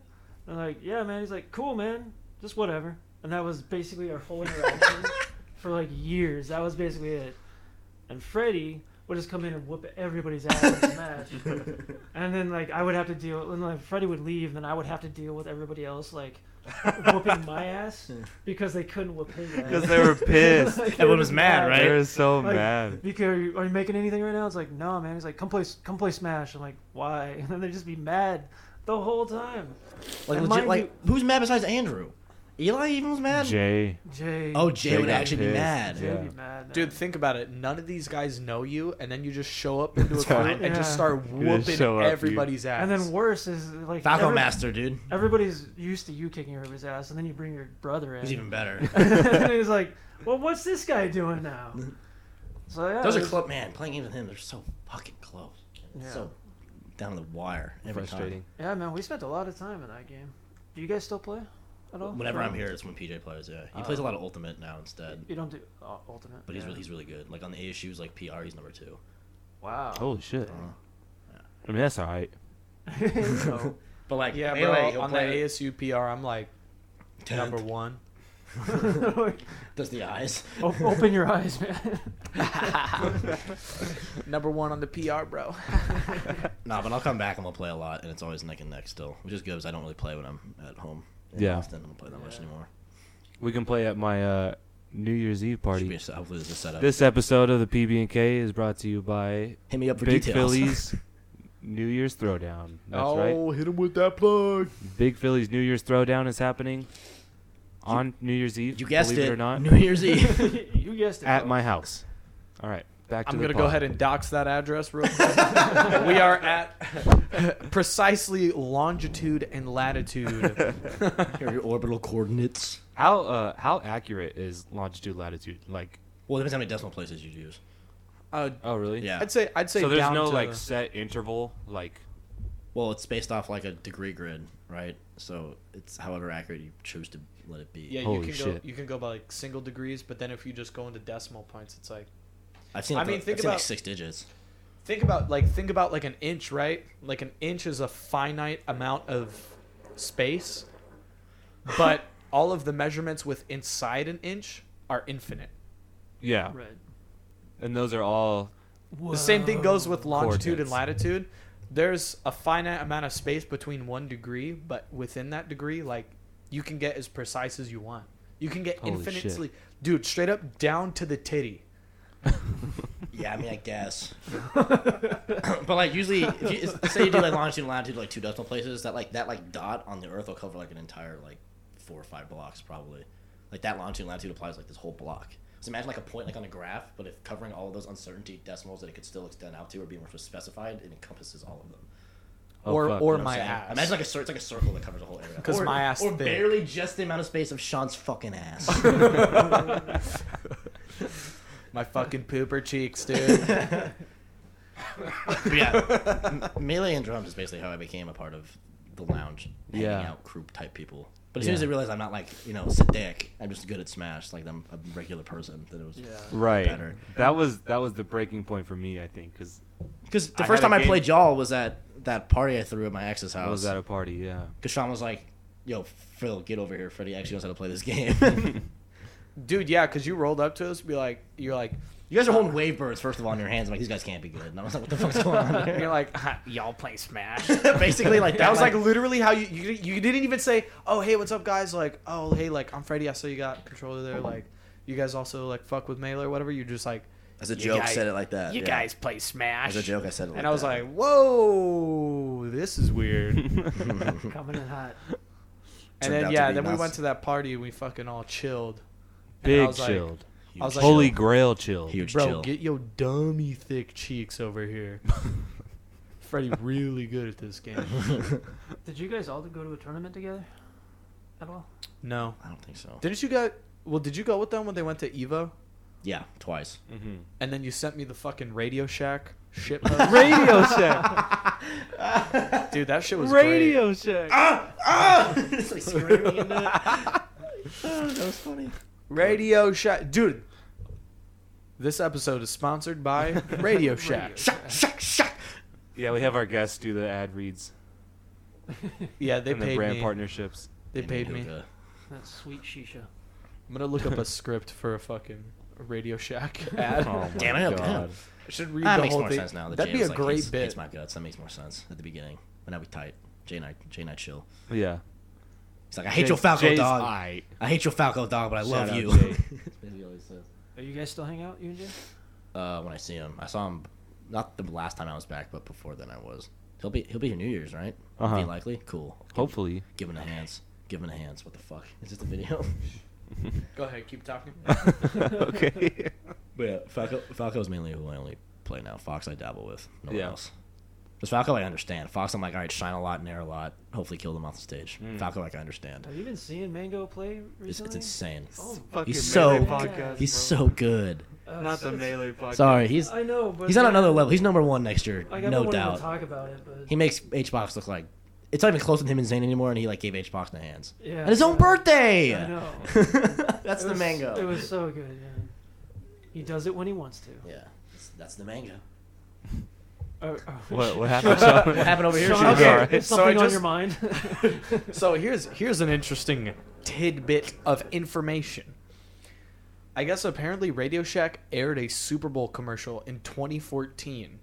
Speaker 6: And I'm like, "Yeah, man." He's like, "Cool, man. Just whatever." And that was basically our whole interaction for like years. That was basically it. And Freddie would just come in and whoop everybody's ass in Smash. And then like I would have to deal, and like Freddie would leave, then I would have to deal with everybody else like whooping my ass because they couldn't whoop his ass.
Speaker 5: Because they were pissed.
Speaker 6: Like, they
Speaker 1: Everyone
Speaker 6: were
Speaker 1: was
Speaker 6: just
Speaker 1: mad, right?
Speaker 5: They were so
Speaker 6: Like,
Speaker 5: mad.
Speaker 6: "Mika, are you, are you making anything right now? It's like, no, man. He's like, come play, come play Smash. I'm like, why? And then they'd just be mad the whole time.
Speaker 1: Like legit.
Speaker 6: And mind
Speaker 1: Like who's mad besides Andrew? Eli even was mad.
Speaker 5: Jay.
Speaker 6: Jay,
Speaker 1: oh, Jay,
Speaker 5: Jay
Speaker 1: would
Speaker 5: got
Speaker 1: actually be
Speaker 5: pissed.
Speaker 1: mad.
Speaker 6: Jay would
Speaker 5: yeah.
Speaker 6: be mad, man.
Speaker 2: Dude, think about it. None of these guys know you, and then you just show up into a
Speaker 5: That's right.
Speaker 2: crowd and just
Speaker 6: Yeah.
Speaker 2: start whooping
Speaker 5: show up, dude.
Speaker 2: everybody's ass.
Speaker 6: And then worse is like
Speaker 1: Falcon
Speaker 6: every-
Speaker 1: Master, dude.
Speaker 6: Everybody's used to you kicking everybody's ass, and then you bring your brother in.
Speaker 1: He's even better.
Speaker 6: and he's like, well, what's this guy doing now? So yeah,
Speaker 1: Those are
Speaker 6: it's-
Speaker 1: close, man. Playing games with him, they're so fucking close.
Speaker 6: Yeah.
Speaker 1: So down the wire. Every
Speaker 5: Frustrating.
Speaker 6: Yeah, man, we spent a lot of time in that game. Do you guys still play at all?
Speaker 1: Time. Whenever I'm here, it's when PJ plays. Yeah, he plays a lot of Ultimate now instead.
Speaker 6: You don't do uh, Ultimate.
Speaker 1: But he's
Speaker 6: yeah.
Speaker 1: really, he's really good. Like on the ASU's like PR, he's number two.
Speaker 6: Wow.
Speaker 5: Holy shit.
Speaker 1: Uh-huh.
Speaker 5: I mean that's all right.
Speaker 6: So,
Speaker 1: But like
Speaker 2: yeah, bro,
Speaker 1: melee, he'll
Speaker 2: on the
Speaker 1: play
Speaker 2: ASU PR, I'm like
Speaker 1: tenth,
Speaker 2: number one.
Speaker 6: like,
Speaker 1: does the eyes.
Speaker 6: o- open your eyes, man.
Speaker 2: Number one on the PR, bro.
Speaker 1: Nah, but I'll come back and we'll play a lot, and it's always neck and neck still, which is good because I don't really play when I'm at home. In
Speaker 5: Yeah.
Speaker 1: Austin, I don't play that much anymore.
Speaker 5: We can play at my uh, New Year's Eve
Speaker 1: Should be
Speaker 5: party.
Speaker 1: a, hopefully this is a setup.
Speaker 5: This episode of the PB and K is brought to you by
Speaker 1: Hit me up for
Speaker 5: Big
Speaker 1: details. Oh.
Speaker 5: Phillies New Year's Throwdown. That's right.
Speaker 2: hit him with that plug.
Speaker 5: Big Phillies New Year's Throwdown is happening on New Year's Eve.
Speaker 1: you guessed
Speaker 5: believe
Speaker 1: it.
Speaker 5: it, or not.
Speaker 1: New Year's Eve.
Speaker 6: you guessed it.
Speaker 5: at
Speaker 6: bro.
Speaker 5: my house. All right, back to
Speaker 2: I'm
Speaker 5: the
Speaker 2: gonna go ahead and dox that address real quick. we are at precisely longitude and latitude.
Speaker 1: Here are your orbital coordinates.
Speaker 5: how uh, how accurate is longitude latitude? Like,
Speaker 1: Well, it depends how many decimal places you use.
Speaker 2: Uh,
Speaker 5: oh really?
Speaker 1: Yeah.
Speaker 2: I'd say I'd say
Speaker 5: So there's
Speaker 2: down
Speaker 5: no
Speaker 2: to
Speaker 5: like
Speaker 2: the-
Speaker 5: set interval. Like,
Speaker 1: Well, it's based off like a degree grid, right? So it's however accurate you choose to let it be.
Speaker 2: Yeah,
Speaker 5: Holy
Speaker 2: you can go
Speaker 5: shit.
Speaker 2: you can go by like single degrees, but then if you just go into decimal points, it's like
Speaker 1: I've seen.
Speaker 2: I
Speaker 1: Like,
Speaker 2: mean,
Speaker 1: I've
Speaker 2: think
Speaker 1: seen, like,
Speaker 2: about-
Speaker 1: six digits.
Speaker 2: think about like think about like an inch, right? Like an inch is a finite amount of space, but all of the measurements with inside an inch are infinite.
Speaker 5: yeah,
Speaker 6: Red.
Speaker 5: and those are all
Speaker 2: The same thing goes with longitude and
Speaker 5: Coordinates.
Speaker 2: latitude. There's a finite amount of space between one degree, but within that degree, like you can get as precise as you want. You can get
Speaker 5: Holy shit.
Speaker 2: infinitely, dude, straight up down to the titty.
Speaker 1: Yeah, I mean, I guess. but like usually, if you, is- say you do like longitude and latitude like two decimal places, that like that like dot on the Earth will cover like an entire like four or five blocks probably. Like that longitude and latitude applies like this whole block. So imagine like a point like on a graph, but if covering all of those uncertainty decimals that it could still extend out to or be more specified, it encompasses all of them.
Speaker 5: oh,
Speaker 2: or
Speaker 5: fuck,
Speaker 2: or
Speaker 1: You know what
Speaker 2: my
Speaker 1: I'm saying?
Speaker 2: ass.
Speaker 1: Imagine like a cir- it's like a circle that covers the whole area.
Speaker 2: 'Cause
Speaker 1: Or-
Speaker 2: my ass
Speaker 1: or
Speaker 2: thick.
Speaker 1: barely just the amount of space of Sean's fucking ass.
Speaker 2: my fucking pooper cheeks, dude.
Speaker 1: But yeah, M- melee and drums is basically how I became a part of the lounge, hanging
Speaker 5: Yeah.
Speaker 1: out group type people. But as soon as
Speaker 5: Yeah.
Speaker 1: they realized I'm not like you know sadistic, I'm just good at Smash. Like I'm a regular person. Then it was
Speaker 5: right.
Speaker 1: better.
Speaker 5: That was that was the breaking point for me, I think, because
Speaker 1: because the
Speaker 5: I
Speaker 1: first
Speaker 5: had a
Speaker 1: time I
Speaker 5: game-
Speaker 1: played Y'all was at that party I threw at my ex's
Speaker 5: I was
Speaker 1: house.
Speaker 5: at a party. Yeah,
Speaker 1: Because Sean was like, "Yo, Phil, get over here. Freddie actually knows how to play this game."
Speaker 2: dude, yeah, because you rolled up to us, be like, you're like,
Speaker 1: You guys are holding wave birds first of all in your hands. I'm like, these guys can't be good. And I was like, what the fuck's going on
Speaker 2: And
Speaker 1: here?
Speaker 2: you're like, "Huh, y'all play Smash.
Speaker 1: Basically, like that,
Speaker 2: That was like literally how you, you you didn't even say, "Oh, hey, what's up, guys?" Like, "Oh, hey, like I'm Freddy. I saw you got controller there. Like, you guys also like fuck with Melee or whatever." You're just like,
Speaker 1: as a
Speaker 2: "You
Speaker 1: joke,
Speaker 2: guys-
Speaker 1: said it like that.
Speaker 2: You
Speaker 1: yeah.
Speaker 2: guys play Smash
Speaker 1: As a joke, I said it. Like
Speaker 2: and I was
Speaker 1: that.
Speaker 2: like, "Whoa, this is weird." and
Speaker 6: Coming in hot.
Speaker 1: Turned out
Speaker 2: then
Speaker 1: to
Speaker 2: yeah,
Speaker 1: be
Speaker 2: then we
Speaker 1: nuts.
Speaker 2: went to that party and we fucking all chilled. And I
Speaker 5: Big
Speaker 2: was like-
Speaker 5: chilled.
Speaker 2: I was like,
Speaker 5: Holy grail chilled.
Speaker 1: huge
Speaker 2: bro,
Speaker 1: chill.
Speaker 2: get your dummy thick cheeks over here. Freddy really good at this game.
Speaker 6: Did you guys all go to a tournament together at all?
Speaker 2: No,
Speaker 1: I don't think so.
Speaker 2: didn't you guys? Well, did you go with them when they went to Evo?
Speaker 1: Yeah, twice.
Speaker 2: And then you sent me the fucking Radio Shack shit. post.
Speaker 6: Radio Shack.
Speaker 2: Dude, that shit was great.
Speaker 6: Radio Shack.
Speaker 1: Ah! it's like screaming in it. Oh, that was funny.
Speaker 2: Radio Shack. Dude, this episode is sponsored by Radio Shack.
Speaker 5: Yeah, we have our guests do the ad reads
Speaker 2: Yeah, they
Speaker 5: and the
Speaker 2: paid
Speaker 5: brand
Speaker 2: me.
Speaker 5: partnerships.
Speaker 2: They paid me.
Speaker 1: Nuka.
Speaker 6: That sweet shisha.
Speaker 2: I'm gonna look up a script for a fucking Radio Shack ad.
Speaker 5: Oh
Speaker 1: Damn
Speaker 5: my
Speaker 1: it,
Speaker 5: god.
Speaker 2: I should read
Speaker 1: That
Speaker 2: the
Speaker 1: Ah, makes
Speaker 2: whole
Speaker 1: more
Speaker 2: thing.
Speaker 1: sense now. that
Speaker 2: That'd
Speaker 1: Jay
Speaker 2: be a
Speaker 1: was like,
Speaker 2: great
Speaker 1: hates-
Speaker 2: bit.
Speaker 1: Hates my guts. That makes more sense at the beginning. But now we tight. Jay and I, Jay and I chill.
Speaker 5: Yeah.
Speaker 1: He's like, I hate your Falco
Speaker 5: Jay's
Speaker 1: dog.
Speaker 5: aight.
Speaker 1: I hate your Falco dog, but I love
Speaker 5: out
Speaker 1: you.
Speaker 5: Jay.
Speaker 1: That's what he always says.
Speaker 6: Are you guys still hang out, you and Jay?
Speaker 1: uh, when I see him, I saw him not the last time I was back, but before then I was. He'll be he'll be here New Year's, right?
Speaker 5: Uh-huh.
Speaker 1: Be likely. Cool.
Speaker 5: Hopefully.
Speaker 1: Give him the hands. Give him the hands. What the fuck? Is this the video?
Speaker 2: Go ahead, keep talking.
Speaker 5: okay.
Speaker 1: But yeah, Falco, Falco's mainly who I only play now. Fox I dabble with. No one
Speaker 5: Yeah.
Speaker 1: else. Because Falco I understand. Fox I'm like, all right, shine a lot, nair a lot, hopefully kill them off the stage. Falco like I understand.
Speaker 6: Have you been seeing Mango play
Speaker 1: It's,
Speaker 6: recently?
Speaker 1: it's insane.
Speaker 8: Fucking
Speaker 1: He's so-
Speaker 8: Melee podcast,
Speaker 1: He's
Speaker 8: bro.
Speaker 1: so good.
Speaker 6: Oh,
Speaker 8: not
Speaker 6: so
Speaker 8: the
Speaker 6: it's-
Speaker 8: melee podcast.
Speaker 1: Sorry, he's
Speaker 6: I know, but
Speaker 1: he's on
Speaker 6: yeah,
Speaker 1: another level. He's number one next year,
Speaker 6: Like, I don't
Speaker 1: no
Speaker 6: wanna even
Speaker 1: doubt.
Speaker 6: talk about it, but
Speaker 1: He makes H Box look like it's not even close to him and Zane anymore, and he like gave H Box the hands.
Speaker 6: yeah,
Speaker 1: At his own
Speaker 6: yeah.
Speaker 1: birthday.
Speaker 6: I know.
Speaker 1: That's
Speaker 6: It
Speaker 1: the
Speaker 6: was-
Speaker 1: mango.
Speaker 6: It was so good. Yeah. He does it when he wants to.
Speaker 1: yeah, that's- that's the mango.
Speaker 6: Oh, oh.
Speaker 5: What what happened? Sean?
Speaker 1: What happened over here?
Speaker 6: Sean,
Speaker 1: Sean?
Speaker 5: She's
Speaker 6: okay,
Speaker 5: alright.
Speaker 6: is
Speaker 2: So I
Speaker 6: something on
Speaker 2: just-
Speaker 6: your mind?
Speaker 2: so here's here's an interesting tidbit of information. I guess apparently Radio Shack aired a Super Bowl commercial in 2014.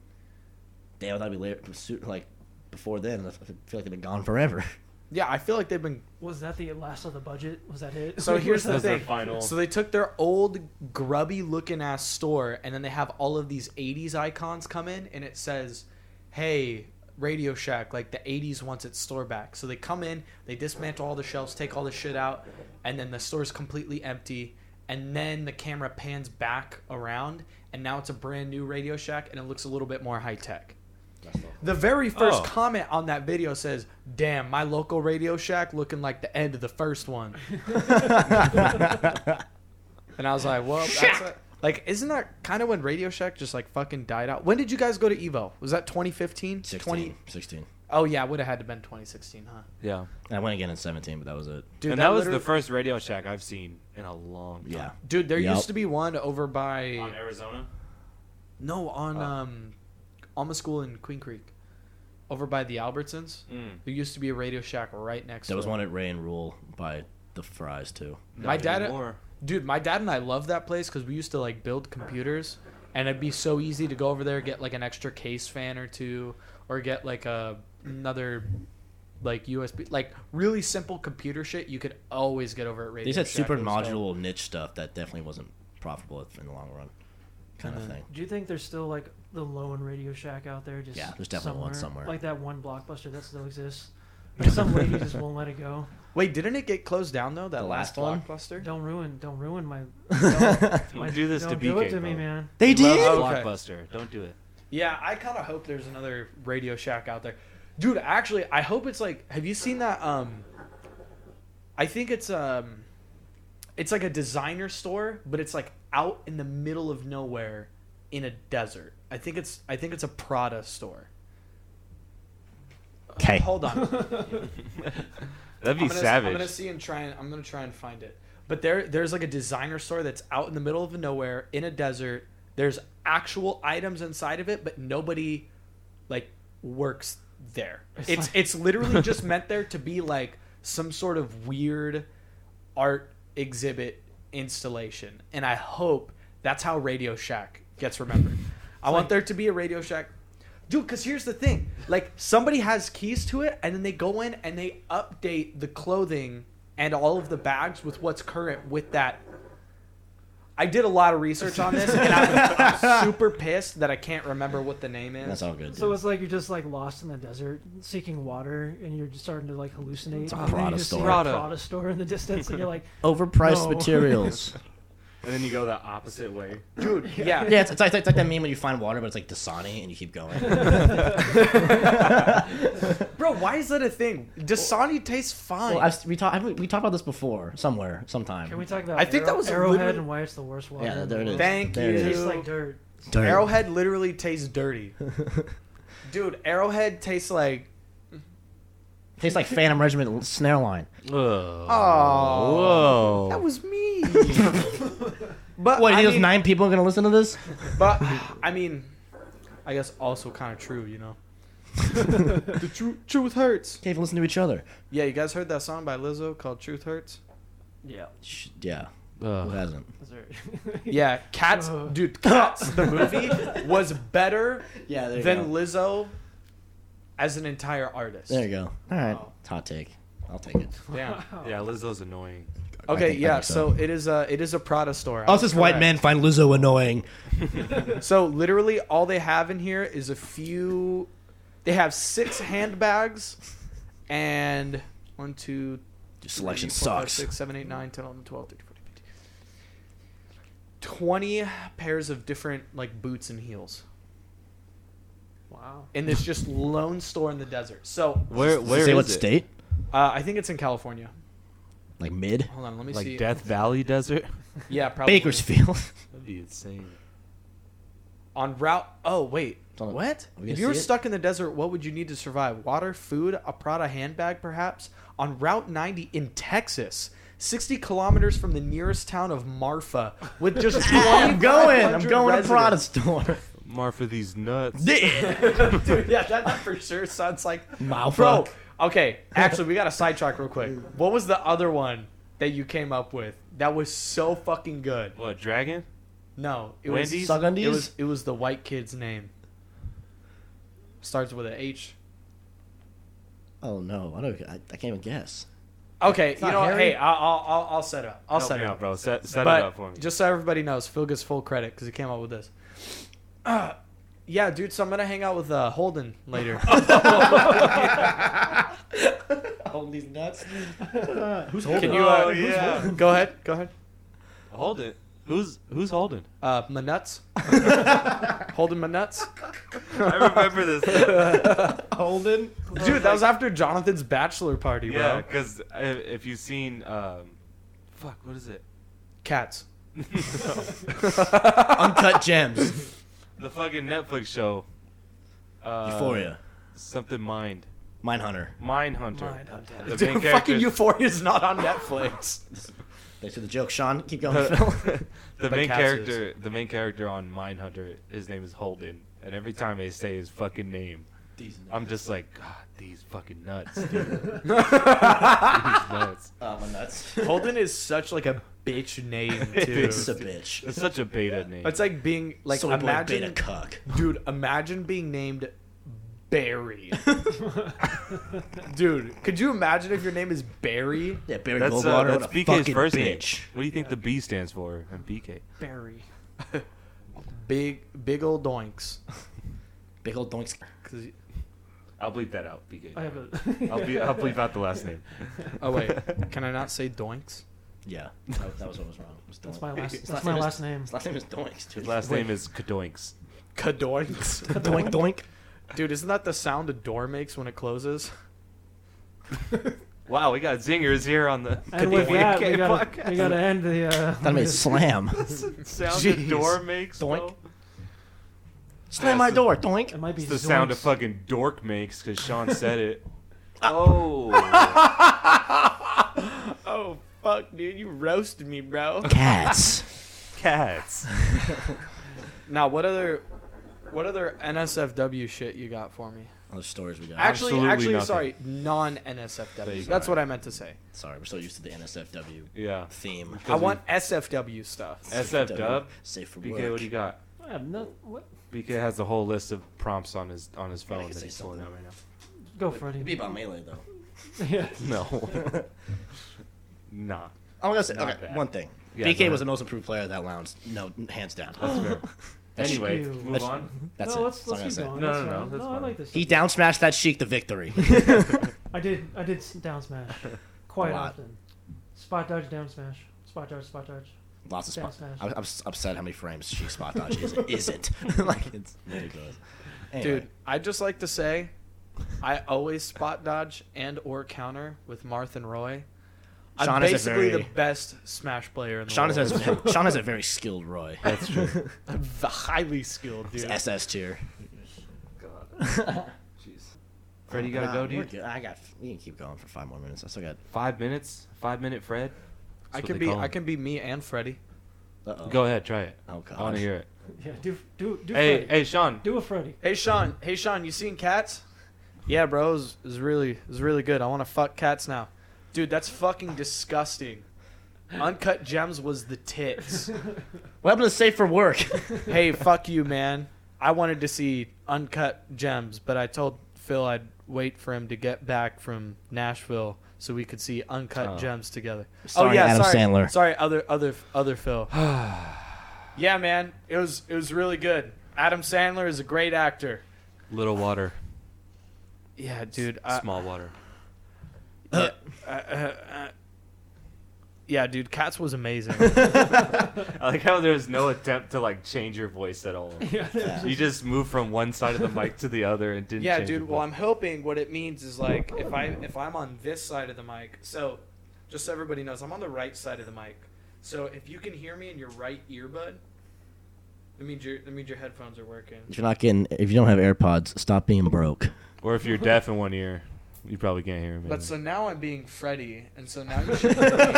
Speaker 1: Damn, that'd be later, like before then. I feel like it'd been gone forever.
Speaker 2: Yeah, I feel like they've been
Speaker 6: was that the last of the budget? Was that it?
Speaker 2: So here's the
Speaker 6: Was that-
Speaker 2: thing. So they took their old grubby looking ass store and then they have all of these 80s icons come in and it says, "Hey, Radio Shack, like the 80s wants its store back." So they come in, they dismantle all the shelves, take all the shit out, and then the store's completely empty. And then the camera pans back around and now it's a brand new Radio Shack and it looks a little bit more high tech. The very first
Speaker 5: Oh.
Speaker 2: comment on that video says, "Damn, my local Radio Shack looking like the end of the first one." And I was like, well, that's a, like, isn't that kind of when Radio Shack just like fucking died out? When did you guys go to Evo? Was that 2015?
Speaker 1: 16,
Speaker 2: 20
Speaker 1: 16.
Speaker 2: Oh yeah, would have had to been 2016, huh?
Speaker 5: Yeah.
Speaker 1: I went again in 17, but that was it.
Speaker 2: Dude,
Speaker 5: and that, was
Speaker 2: literally-
Speaker 5: the first Radio Shack I've seen in a long time.
Speaker 1: Yeah.
Speaker 2: Dude, there
Speaker 1: Yup.
Speaker 2: used to be one over by
Speaker 5: On Arizona?
Speaker 2: no on
Speaker 5: Oh.
Speaker 2: um, Alma School in Queen Creek, over by the Albertsons.
Speaker 5: Mm.
Speaker 2: There used to be a Radio Shack right next.
Speaker 1: There was
Speaker 2: to it.
Speaker 1: one at Ray and Rule by the Fries, too.
Speaker 2: My
Speaker 5: Not
Speaker 2: dad-
Speaker 5: anymore.
Speaker 2: Dude, my dad and I love that place because we used to like build computers, and it'd be so easy to go over there get like an extra case fan or two, or get like a another like USB, like really simple computer shit. You could always get over at Radio.
Speaker 1: They said
Speaker 2: Shack.
Speaker 1: super
Speaker 2: It was dope.
Speaker 1: modular niche stuff that definitely wasn't profitable in the long run, kind of thing.
Speaker 6: Do you think there's still like the lone Radio Shack out there? Just
Speaker 1: Yeah, there's definitely one somewhere.
Speaker 6: Like that one blockbuster that still exists. Like some lady just won't let it go.
Speaker 2: Wait, didn't it get closed down though? That
Speaker 1: The last
Speaker 2: last,
Speaker 1: one?
Speaker 2: blockbuster.
Speaker 6: Don't ruin, don't ruin my.
Speaker 5: Don't do this
Speaker 6: don't
Speaker 5: to BK.
Speaker 6: do it to me,
Speaker 5: bro.
Speaker 6: man.
Speaker 1: They
Speaker 5: He loves
Speaker 1: did?
Speaker 2: Okay.
Speaker 5: Blockbuster. Don't do it.
Speaker 2: Yeah, I kind of hope there's another Radio Shack out there. Dude, actually, I hope it's like have you seen that um I think it's um it's like a designer store, but it's like out in the middle of nowhere in a desert. I think it's I think it's a Prada store.
Speaker 1: Okay.
Speaker 2: Hold on.
Speaker 5: That'd be
Speaker 2: I'm gonna,
Speaker 5: savage.
Speaker 2: I'm gonna see and try and I'm gonna try and find it. But there there's like a designer store that's out in the middle of nowhere in a desert. There's actual items inside of it, but nobody like works there. It's it's, literally just meant there to be like some sort of weird art exhibit installation. And I hope That's how Radio Shack gets remembered. I want there to be a Radio Shack. Dude, because here's the thing. Like, somebody has keys to it, and then they go in and they update the clothing and all of the bags with what's current with that. I did a lot of research on this, and I'm, I'm super pissed that I can't remember what the name is.
Speaker 1: That's all good.
Speaker 8: So
Speaker 1: dude.
Speaker 8: it's like you're just like lost in the desert, seeking water, and you're just starting to like hallucinate. It's
Speaker 1: a
Speaker 8: and then
Speaker 1: Prada
Speaker 8: you just see
Speaker 1: store.
Speaker 8: a
Speaker 5: Prada.
Speaker 8: Prada store in the distance, and you're like,
Speaker 1: Overpriced
Speaker 8: No.
Speaker 1: materials.
Speaker 4: And then you go the opposite way.
Speaker 2: Dude, yeah.
Speaker 1: yeah, it's, it's, like, it's like that meme when you find water, but it's like Dasani, and you keep going.
Speaker 2: Bro, why is that a thing? Dasani tastes fine.
Speaker 1: well, I've, we talked we talked about this before, somewhere, sometime.
Speaker 8: can we talk about?
Speaker 2: I think that was
Speaker 8: Arrowhead
Speaker 2: literally-
Speaker 8: and why it's the worst water.
Speaker 1: yeah,
Speaker 8: in
Speaker 1: there it
Speaker 8: the
Speaker 1: is.
Speaker 8: world.
Speaker 2: Thank
Speaker 1: there
Speaker 8: It
Speaker 1: It
Speaker 8: tastes
Speaker 1: is.
Speaker 8: like dirt.
Speaker 1: Dirt.
Speaker 2: Arrowhead literally tastes dirty. Dude, Arrowhead tastes like
Speaker 1: Tastes like Phantom Regiment snare line.
Speaker 2: oh,
Speaker 5: Whoa.
Speaker 2: that was me. but
Speaker 1: What?
Speaker 2: I
Speaker 1: those
Speaker 2: mean,
Speaker 1: nine people are gonna listen to this?
Speaker 2: but I mean, I guess also kind of true, you know. the tru- truth hurts.
Speaker 1: Can't even listen to each other.
Speaker 2: Yeah, you guys heard that song by Lizzo called "Truth Hurts."
Speaker 8: Yeah.
Speaker 1: Sh- Yeah, who
Speaker 5: Ugh.
Speaker 1: hasn't?
Speaker 2: Yeah, Cats,
Speaker 8: Uh.
Speaker 2: dude, Cats the movie was better
Speaker 1: Yeah, there you
Speaker 2: than
Speaker 1: go.
Speaker 2: Lizzo as an entire artist.
Speaker 1: there you go. All right, hot take. I'll take it.
Speaker 2: Damn.
Speaker 5: Yeah, Lizzo's annoying.
Speaker 1: I
Speaker 2: Okay,
Speaker 1: think- I
Speaker 2: yeah.
Speaker 1: think
Speaker 2: So.
Speaker 1: so.
Speaker 2: it is a it is a Prada store. I
Speaker 1: How's
Speaker 2: was
Speaker 1: this white
Speaker 2: correct.
Speaker 1: man find Lizzo annoying?
Speaker 2: So literally, all they have in here is a few. They have six handbags, and one, two,
Speaker 1: Your
Speaker 2: three,
Speaker 1: selection
Speaker 2: four, five,
Speaker 1: sucks.
Speaker 2: six, seven, eight, nine, 10, 11, 12, 13, 14, 15. 20 pairs of different like boots and heels
Speaker 8: Wow.
Speaker 2: in this just lone store in the desert. So
Speaker 5: Where
Speaker 1: Does it
Speaker 5: where
Speaker 1: say
Speaker 5: is
Speaker 1: what
Speaker 5: it?
Speaker 1: state?
Speaker 2: uh, I think it's in California.
Speaker 1: Like mid
Speaker 2: Hold on, let me
Speaker 5: Like
Speaker 2: see.
Speaker 5: Death Valley Desert?
Speaker 2: Yeah, probably
Speaker 1: Bakersfield.
Speaker 5: That'd be insane.
Speaker 2: on route. Oh wait,
Speaker 1: on the-
Speaker 2: what?
Speaker 1: Are we
Speaker 2: If
Speaker 1: gonna
Speaker 2: you were
Speaker 1: see it?
Speaker 2: stuck in the desert, what would you need to survive? Water, food, a Prada handbag, perhaps. On Route 90 in Texas, 60 kilometers from the nearest town of Marfa, with just
Speaker 1: I'm
Speaker 2: 2500
Speaker 1: going. I'm going to Prada
Speaker 2: residents.
Speaker 1: store.
Speaker 5: Marfa these nuts.
Speaker 2: Dude, yeah, that that for sure sounds like
Speaker 1: Mouth
Speaker 2: Bro,
Speaker 1: fuck.
Speaker 2: okay. Actually, we got to sidetrack real quick. What was the other one that you came up with that was so fucking good?
Speaker 5: What, dragon?
Speaker 2: No, it was
Speaker 5: Wendy's?
Speaker 1: Suck undies?
Speaker 2: It was it was the white kid's name. Starts with a H.
Speaker 1: Oh no, I don't. I, I can't even guess.
Speaker 2: Okay, you
Speaker 1: not
Speaker 2: know, what?
Speaker 1: Harry.
Speaker 2: hey, I'll, I'll I'll- I'll set it up. I'll
Speaker 5: Help
Speaker 2: set
Speaker 5: me
Speaker 2: it
Speaker 5: out,
Speaker 2: up.
Speaker 5: bro. Set, set
Speaker 2: But
Speaker 5: it up for me.
Speaker 2: just so everybody knows, Phil gets full credit because he came up with this. Uh, yeah, dude. So I'm gonna hang out with uh, Holden later.
Speaker 1: Hold these nuts. Who's holding?
Speaker 2: Can
Speaker 1: it?
Speaker 2: you? Uh,
Speaker 5: Oh, yeah.
Speaker 2: Go ahead. Go ahead.
Speaker 5: Holden. Who's who's Holden?
Speaker 2: Uh, my nuts. Holden my nuts.
Speaker 5: I remember this.
Speaker 1: Holden?
Speaker 2: Dude, that was after Jonathan's bachelor party, bro.
Speaker 5: yeah, because if you've seen, um, fuck, what is it?
Speaker 2: Cats.
Speaker 1: Uncut gems.
Speaker 5: The fucking Netflix show. Uh,
Speaker 1: Euphoria.
Speaker 5: Something Mind.
Speaker 1: Mindhunter.
Speaker 5: Mindhunter.
Speaker 8: Mindhunter.
Speaker 5: The
Speaker 2: Dude, fucking
Speaker 5: main character's-
Speaker 2: Euphoria's not on Netflix.
Speaker 1: Thanks for the joke, Sean. Keep going, Phil.
Speaker 5: the
Speaker 2: But
Speaker 5: main
Speaker 2: Cass is.
Speaker 5: character, the main character on Mindhunter, his name is Holden, and every time they say his fucking name, I'm just like, God, these fucking nuts, dude. These nuts.
Speaker 1: Oh, my nuts.
Speaker 2: Holden is such like a bitch name too.
Speaker 1: It's a bitch.
Speaker 5: It's such a beta name.
Speaker 2: It's like being like
Speaker 1: Soy boy beta
Speaker 2: imagine,
Speaker 1: cuck.
Speaker 2: dude. Imagine being named Barry. dude, could you imagine if your name is Barry?
Speaker 1: Yeah, Barry
Speaker 5: that's, uh,
Speaker 1: Goldwater.
Speaker 5: that's
Speaker 1: what a
Speaker 5: BK's
Speaker 1: fucking
Speaker 5: first name.
Speaker 1: bitch.
Speaker 5: What do you think the B stands for in BK?
Speaker 8: Berry.
Speaker 2: Big, big old doinks.
Speaker 1: Big old doinks.
Speaker 2: 'Cause he-
Speaker 5: I'll bleep that out, BK.
Speaker 8: I have a.
Speaker 5: I'll, be, I'll bleep out the last name.
Speaker 2: Oh wait, can I not say doinks?
Speaker 1: Yeah, that, that was what was wrong. It was
Speaker 8: That's
Speaker 1: doinks.
Speaker 8: my last.
Speaker 1: His
Speaker 8: That's my
Speaker 1: name is-
Speaker 8: last name.
Speaker 1: His last name is Doinks, dude.
Speaker 5: His last name is Kadoinks.
Speaker 2: Kadoinks.
Speaker 1: doink doink.
Speaker 2: Dude, isn't that the sound a door makes when it closes?
Speaker 5: Wow, we got zingers here on the
Speaker 8: And with that, we
Speaker 5: BK
Speaker 8: gotta, we
Speaker 5: podcast.
Speaker 8: gotta end the. Uh,
Speaker 1: That made slam.
Speaker 5: Sound
Speaker 2: Jeez.
Speaker 5: the door makes.
Speaker 1: Doink.
Speaker 5: though.
Speaker 1: slam my door, doink.
Speaker 8: It might be
Speaker 5: It's the sound a
Speaker 8: Zoinks.
Speaker 5: fucking dork makes because Sean said it. oh.
Speaker 2: Oh fuck, dude, you roasted me, bro.
Speaker 1: Cats.
Speaker 5: Cats.
Speaker 2: now, what other, what other NSFW shit you got for me?
Speaker 1: Other stories we got.
Speaker 2: Actually,
Speaker 9: Absolutely
Speaker 2: actually,
Speaker 9: nothing.
Speaker 2: sorry, non
Speaker 9: There you
Speaker 2: NSFW.
Speaker 9: go.
Speaker 2: That's what I meant to say.
Speaker 1: Sorry, we're so used to the NSFW
Speaker 5: Yeah.
Speaker 1: theme.
Speaker 2: I want SFW stuff.
Speaker 5: SF Dub.
Speaker 1: Safe for
Speaker 5: BK, what
Speaker 1: work.
Speaker 5: do you got?
Speaker 6: I have no, what?
Speaker 5: BK has the whole list of prompts on his on his
Speaker 1: I
Speaker 5: phone
Speaker 1: could
Speaker 5: that
Speaker 1: say
Speaker 5: he's pulling out
Speaker 1: something.
Speaker 5: right
Speaker 6: Go, Freddie.
Speaker 1: It'd be about melee though.
Speaker 6: yeah.
Speaker 5: now. No. nah.
Speaker 1: I'm gonna say
Speaker 5: Not
Speaker 1: okay,
Speaker 5: bad.
Speaker 1: one thing.
Speaker 5: Yeah, go
Speaker 1: BK
Speaker 5: ahead.
Speaker 1: was the most improved player of that lounge. No, hands down. That's-
Speaker 5: Anyway,
Speaker 6: Ew.
Speaker 5: move on.
Speaker 1: That's
Speaker 6: no,
Speaker 1: it.
Speaker 6: let's,
Speaker 1: That's all
Speaker 6: let's
Speaker 1: I'm
Speaker 6: keep
Speaker 1: gonna
Speaker 6: going.
Speaker 5: No,
Speaker 6: That's
Speaker 5: no, no,
Speaker 6: fine.
Speaker 5: that's
Speaker 6: I
Speaker 5: fine.
Speaker 6: like this.
Speaker 1: He down smashed that Sheik to victory.
Speaker 6: I did. I did s- down smash quite
Speaker 1: A lot.
Speaker 6: often. Spot dodge, down smash. Spot dodge, spot dodge.
Speaker 1: Lots of
Speaker 6: Down
Speaker 1: spots.
Speaker 6: smash.
Speaker 1: I'm, I'm s- upset how many frames Sheik spot dodge is, isn't. like it's ridiculous. Anyway,
Speaker 2: Dude, I'd just like to say, I always spot dodge and or counter with Marth and Roy. I'm
Speaker 1: Sean is a
Speaker 2: basically
Speaker 1: very-
Speaker 2: the best Smash player in the
Speaker 1: Sean
Speaker 2: world.
Speaker 1: has Sean has a very skilled Roy. That's true.
Speaker 2: I'm v- highly skilled,
Speaker 1: He's
Speaker 2: dude.
Speaker 1: SS tier.
Speaker 5: Fred, you gotta
Speaker 1: Nah,
Speaker 5: go,
Speaker 1: we're
Speaker 5: dude.
Speaker 1: good. I got. We can keep going for five more minutes. I still got.
Speaker 5: Five minutes. Five minute Fred. That's
Speaker 2: I
Speaker 5: what
Speaker 2: can
Speaker 5: they
Speaker 2: be
Speaker 5: call
Speaker 2: I
Speaker 5: him.
Speaker 2: can be me and Freddy.
Speaker 1: Uh-oh.
Speaker 5: Go ahead, try it.
Speaker 1: Oh
Speaker 5: I want
Speaker 1: god.
Speaker 5: to hear it.
Speaker 6: Yeah, do do do.
Speaker 5: Hey,
Speaker 6: Freddy.
Speaker 5: hey, Sean.
Speaker 6: do a Freddy.
Speaker 2: Hey Sean,
Speaker 1: Mm-hmm.
Speaker 2: hey Sean, you seen cats? Yeah, bro, is really is really good. I want to fuck cats now, dude. That's fucking disgusting. Uncut gems was the tits.
Speaker 1: What happened to safe for work?
Speaker 2: hey, fuck you, man. I wanted to see uncut gems, but I told Phil I'd wait for him to get back from Nashville so we could see uncut
Speaker 5: Oh.
Speaker 2: gems together.
Speaker 1: Starring Adam
Speaker 2: sorry,
Speaker 1: Sandler.
Speaker 2: Sorry, other other other Phil. yeah, man, it was it was really good. Adam Sandler is a great actor.
Speaker 9: Little water,
Speaker 2: Yeah, dude. I,
Speaker 9: small water.
Speaker 2: yeah, dude. Cats was amazing.
Speaker 5: I like how there's no attempt to like change your voice at all. You just move from one side of the mic to the other and didn't.
Speaker 2: yeah,
Speaker 5: change your
Speaker 2: dude. Well,
Speaker 5: voice.
Speaker 2: I'm hoping what it means is like if I if I'm on this side of the mic. So, just so everybody knows, I'm on the right side of the mic. So if you can hear me in your right earbud, that means your that means your headphones are working.
Speaker 1: If you're not getting, if you don't have AirPods, stop being broke.
Speaker 5: Or if you're deaf in one ear, you probably can't hear me.
Speaker 2: But so now I'm being Freddy, and so now you should hear me,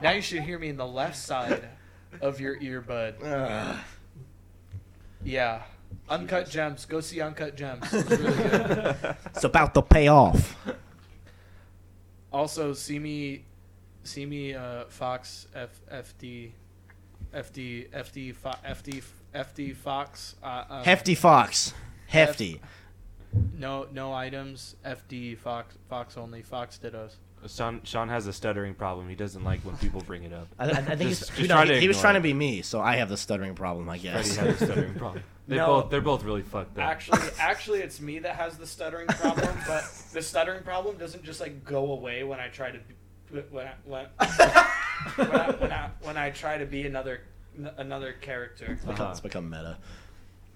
Speaker 2: now you should hear me in the left side of your earbud. Yeah. Uncut Gems. Go see Uncut Gems. It's really good.
Speaker 1: It's about to pay off.
Speaker 2: Also, see me, see me, uh, Fox F FD, FD FD Fo- FD FD Fox. Uh, uh,
Speaker 1: Hefty Fox. Hefty.
Speaker 2: No, no items. FD Fox Fox only Fox Dittos.
Speaker 5: Sean Sean has a stuttering problem. He doesn't like when people bring it up.
Speaker 1: I, I I think he's-
Speaker 5: Just-
Speaker 1: you
Speaker 5: just
Speaker 1: know,
Speaker 5: try
Speaker 1: he,
Speaker 5: to
Speaker 1: he was
Speaker 5: ignore
Speaker 1: trying
Speaker 5: it.
Speaker 1: to be me, so I have the stuttering problem, I
Speaker 5: Freddy
Speaker 1: guess.
Speaker 5: has a stuttering problem. They
Speaker 2: No.
Speaker 5: both they're both really fucked up.
Speaker 2: Actually, actually, it's me that has the stuttering problem. But the stuttering problem doesn't just like go away when I try to be, when I, when, when, I, when, I, when I try to be another another character.
Speaker 1: It's become- It's become meta.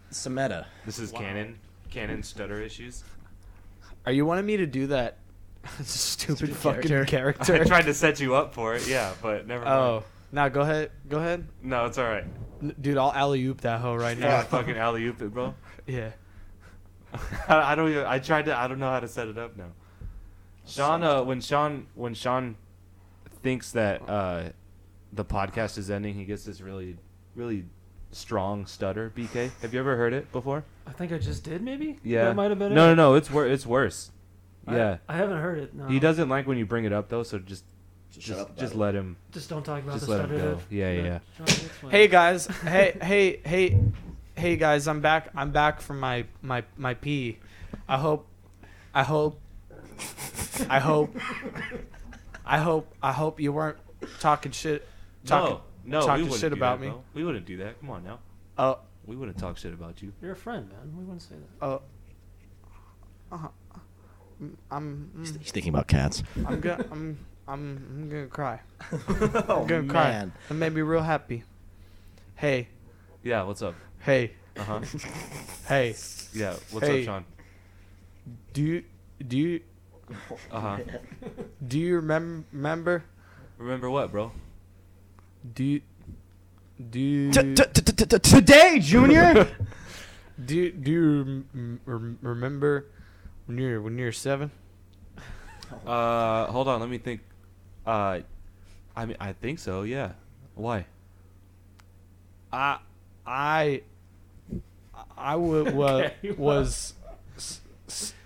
Speaker 1: It's a meta.
Speaker 5: this is canon canon stutter issues.
Speaker 2: Are you wanting me to do that? Stupid fucking
Speaker 5: I
Speaker 2: character.
Speaker 5: tried to set you up for it, yeah, but never mind.
Speaker 2: Oh, now go ahead. Go ahead.
Speaker 5: No, it's all right.
Speaker 2: N- Dude, I'll alley oop that hoe right
Speaker 5: Yeah,
Speaker 2: now.
Speaker 5: fucking alley oop it, bro.
Speaker 2: yeah.
Speaker 5: I don't. Even, I tried to. I don't know how to set it up now. Sean, uh, when Sean, when Sean thinks that uh, the podcast is ending, he gets this really, really strong stutter. BK, have you ever heard it before?
Speaker 6: I think I just did maybe. that might have been.
Speaker 5: No,
Speaker 6: it.
Speaker 5: no, no. It's wor- It's worse. yeah.
Speaker 6: I haven't heard it. No.
Speaker 5: He doesn't like when you bring it up though, so just,
Speaker 1: Just shut
Speaker 5: just,
Speaker 1: up
Speaker 5: just
Speaker 1: about
Speaker 5: let him,
Speaker 6: Just don't talk about
Speaker 5: just
Speaker 6: the
Speaker 5: let him go.
Speaker 6: stutter. dude.
Speaker 5: Yeah, yeah. yeah.
Speaker 10: Sean, that's what-
Speaker 2: Hey guys. Hey, hey, hey, hey guys. I'm back. I'm back from my my my pee. I hope. I hope. I hope. I hope. I hope you weren't talking shit. Talking,
Speaker 5: no, no, we
Speaker 2: talking
Speaker 5: wouldn't
Speaker 2: shit
Speaker 5: do
Speaker 2: about
Speaker 5: that,
Speaker 2: me.
Speaker 5: bro. We wouldn't do that. Come on now.
Speaker 2: Oh,
Speaker 5: We wouldn't talk shit about you.
Speaker 6: You're a friend, man. We wouldn't say that.
Speaker 2: oh. Uh, I'm. mm.
Speaker 1: He's thinking about cats.
Speaker 2: I'm gonna I'm I'm I'm gonna cry. I'm gonna cry.
Speaker 1: man.
Speaker 2: That made me real happy. Hey,
Speaker 5: Yeah. What's up?
Speaker 2: hey,
Speaker 5: Uh huh.
Speaker 2: hey.
Speaker 5: Yeah. What's
Speaker 2: Hey.
Speaker 5: up, Sean?
Speaker 2: Do you do you
Speaker 5: Uh
Speaker 8: uh-huh.
Speaker 5: huh.
Speaker 2: do you remember remember?
Speaker 5: Remember what, bro?
Speaker 2: Do you do you,
Speaker 1: T- t- t- t- t- Today, Junior.
Speaker 2: do you, do you rem- rem- remember when you're when you're seven?
Speaker 5: Uh, hold on, let me think. Uh, I mean, I think so. Yeah. Why?
Speaker 2: I I I w- wa- was
Speaker 8: s-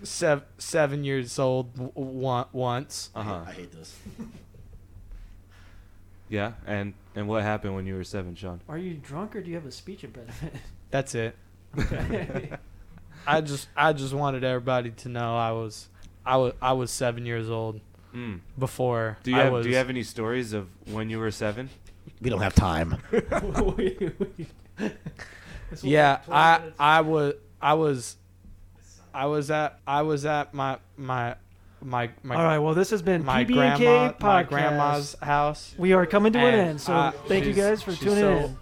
Speaker 8: sev- seven years old w- w- once.
Speaker 5: Uh huh.
Speaker 1: I hate this.
Speaker 5: Yeah. And and what happened when you were seven, Sean?
Speaker 6: Are you drunk or do you have a speech impediment?
Speaker 8: That's it.
Speaker 6: Okay.
Speaker 8: I just I just wanted everybody to know I was I was I was seven years old
Speaker 5: Mm.
Speaker 8: before
Speaker 5: Do you
Speaker 8: I
Speaker 5: have
Speaker 8: was.
Speaker 5: Do you have any stories of when you were seven?
Speaker 1: We don't have time.
Speaker 6: This will
Speaker 8: yeah,
Speaker 6: take 12
Speaker 8: I
Speaker 6: minutes.
Speaker 8: I was I was I was at I was at my my my my
Speaker 6: All right. Well, this has been
Speaker 8: my
Speaker 6: PB&K
Speaker 8: grandma
Speaker 6: podcast.
Speaker 8: my grandma's house.
Speaker 6: We are coming to an
Speaker 8: And,
Speaker 6: end, so
Speaker 8: uh,
Speaker 6: thank you
Speaker 8: she's-
Speaker 6: guys for
Speaker 8: she's
Speaker 6: tuning
Speaker 8: so-
Speaker 6: in.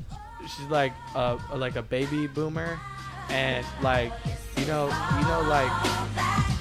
Speaker 8: She's like a like a baby boomer, and like you know you know like
Speaker 11: All that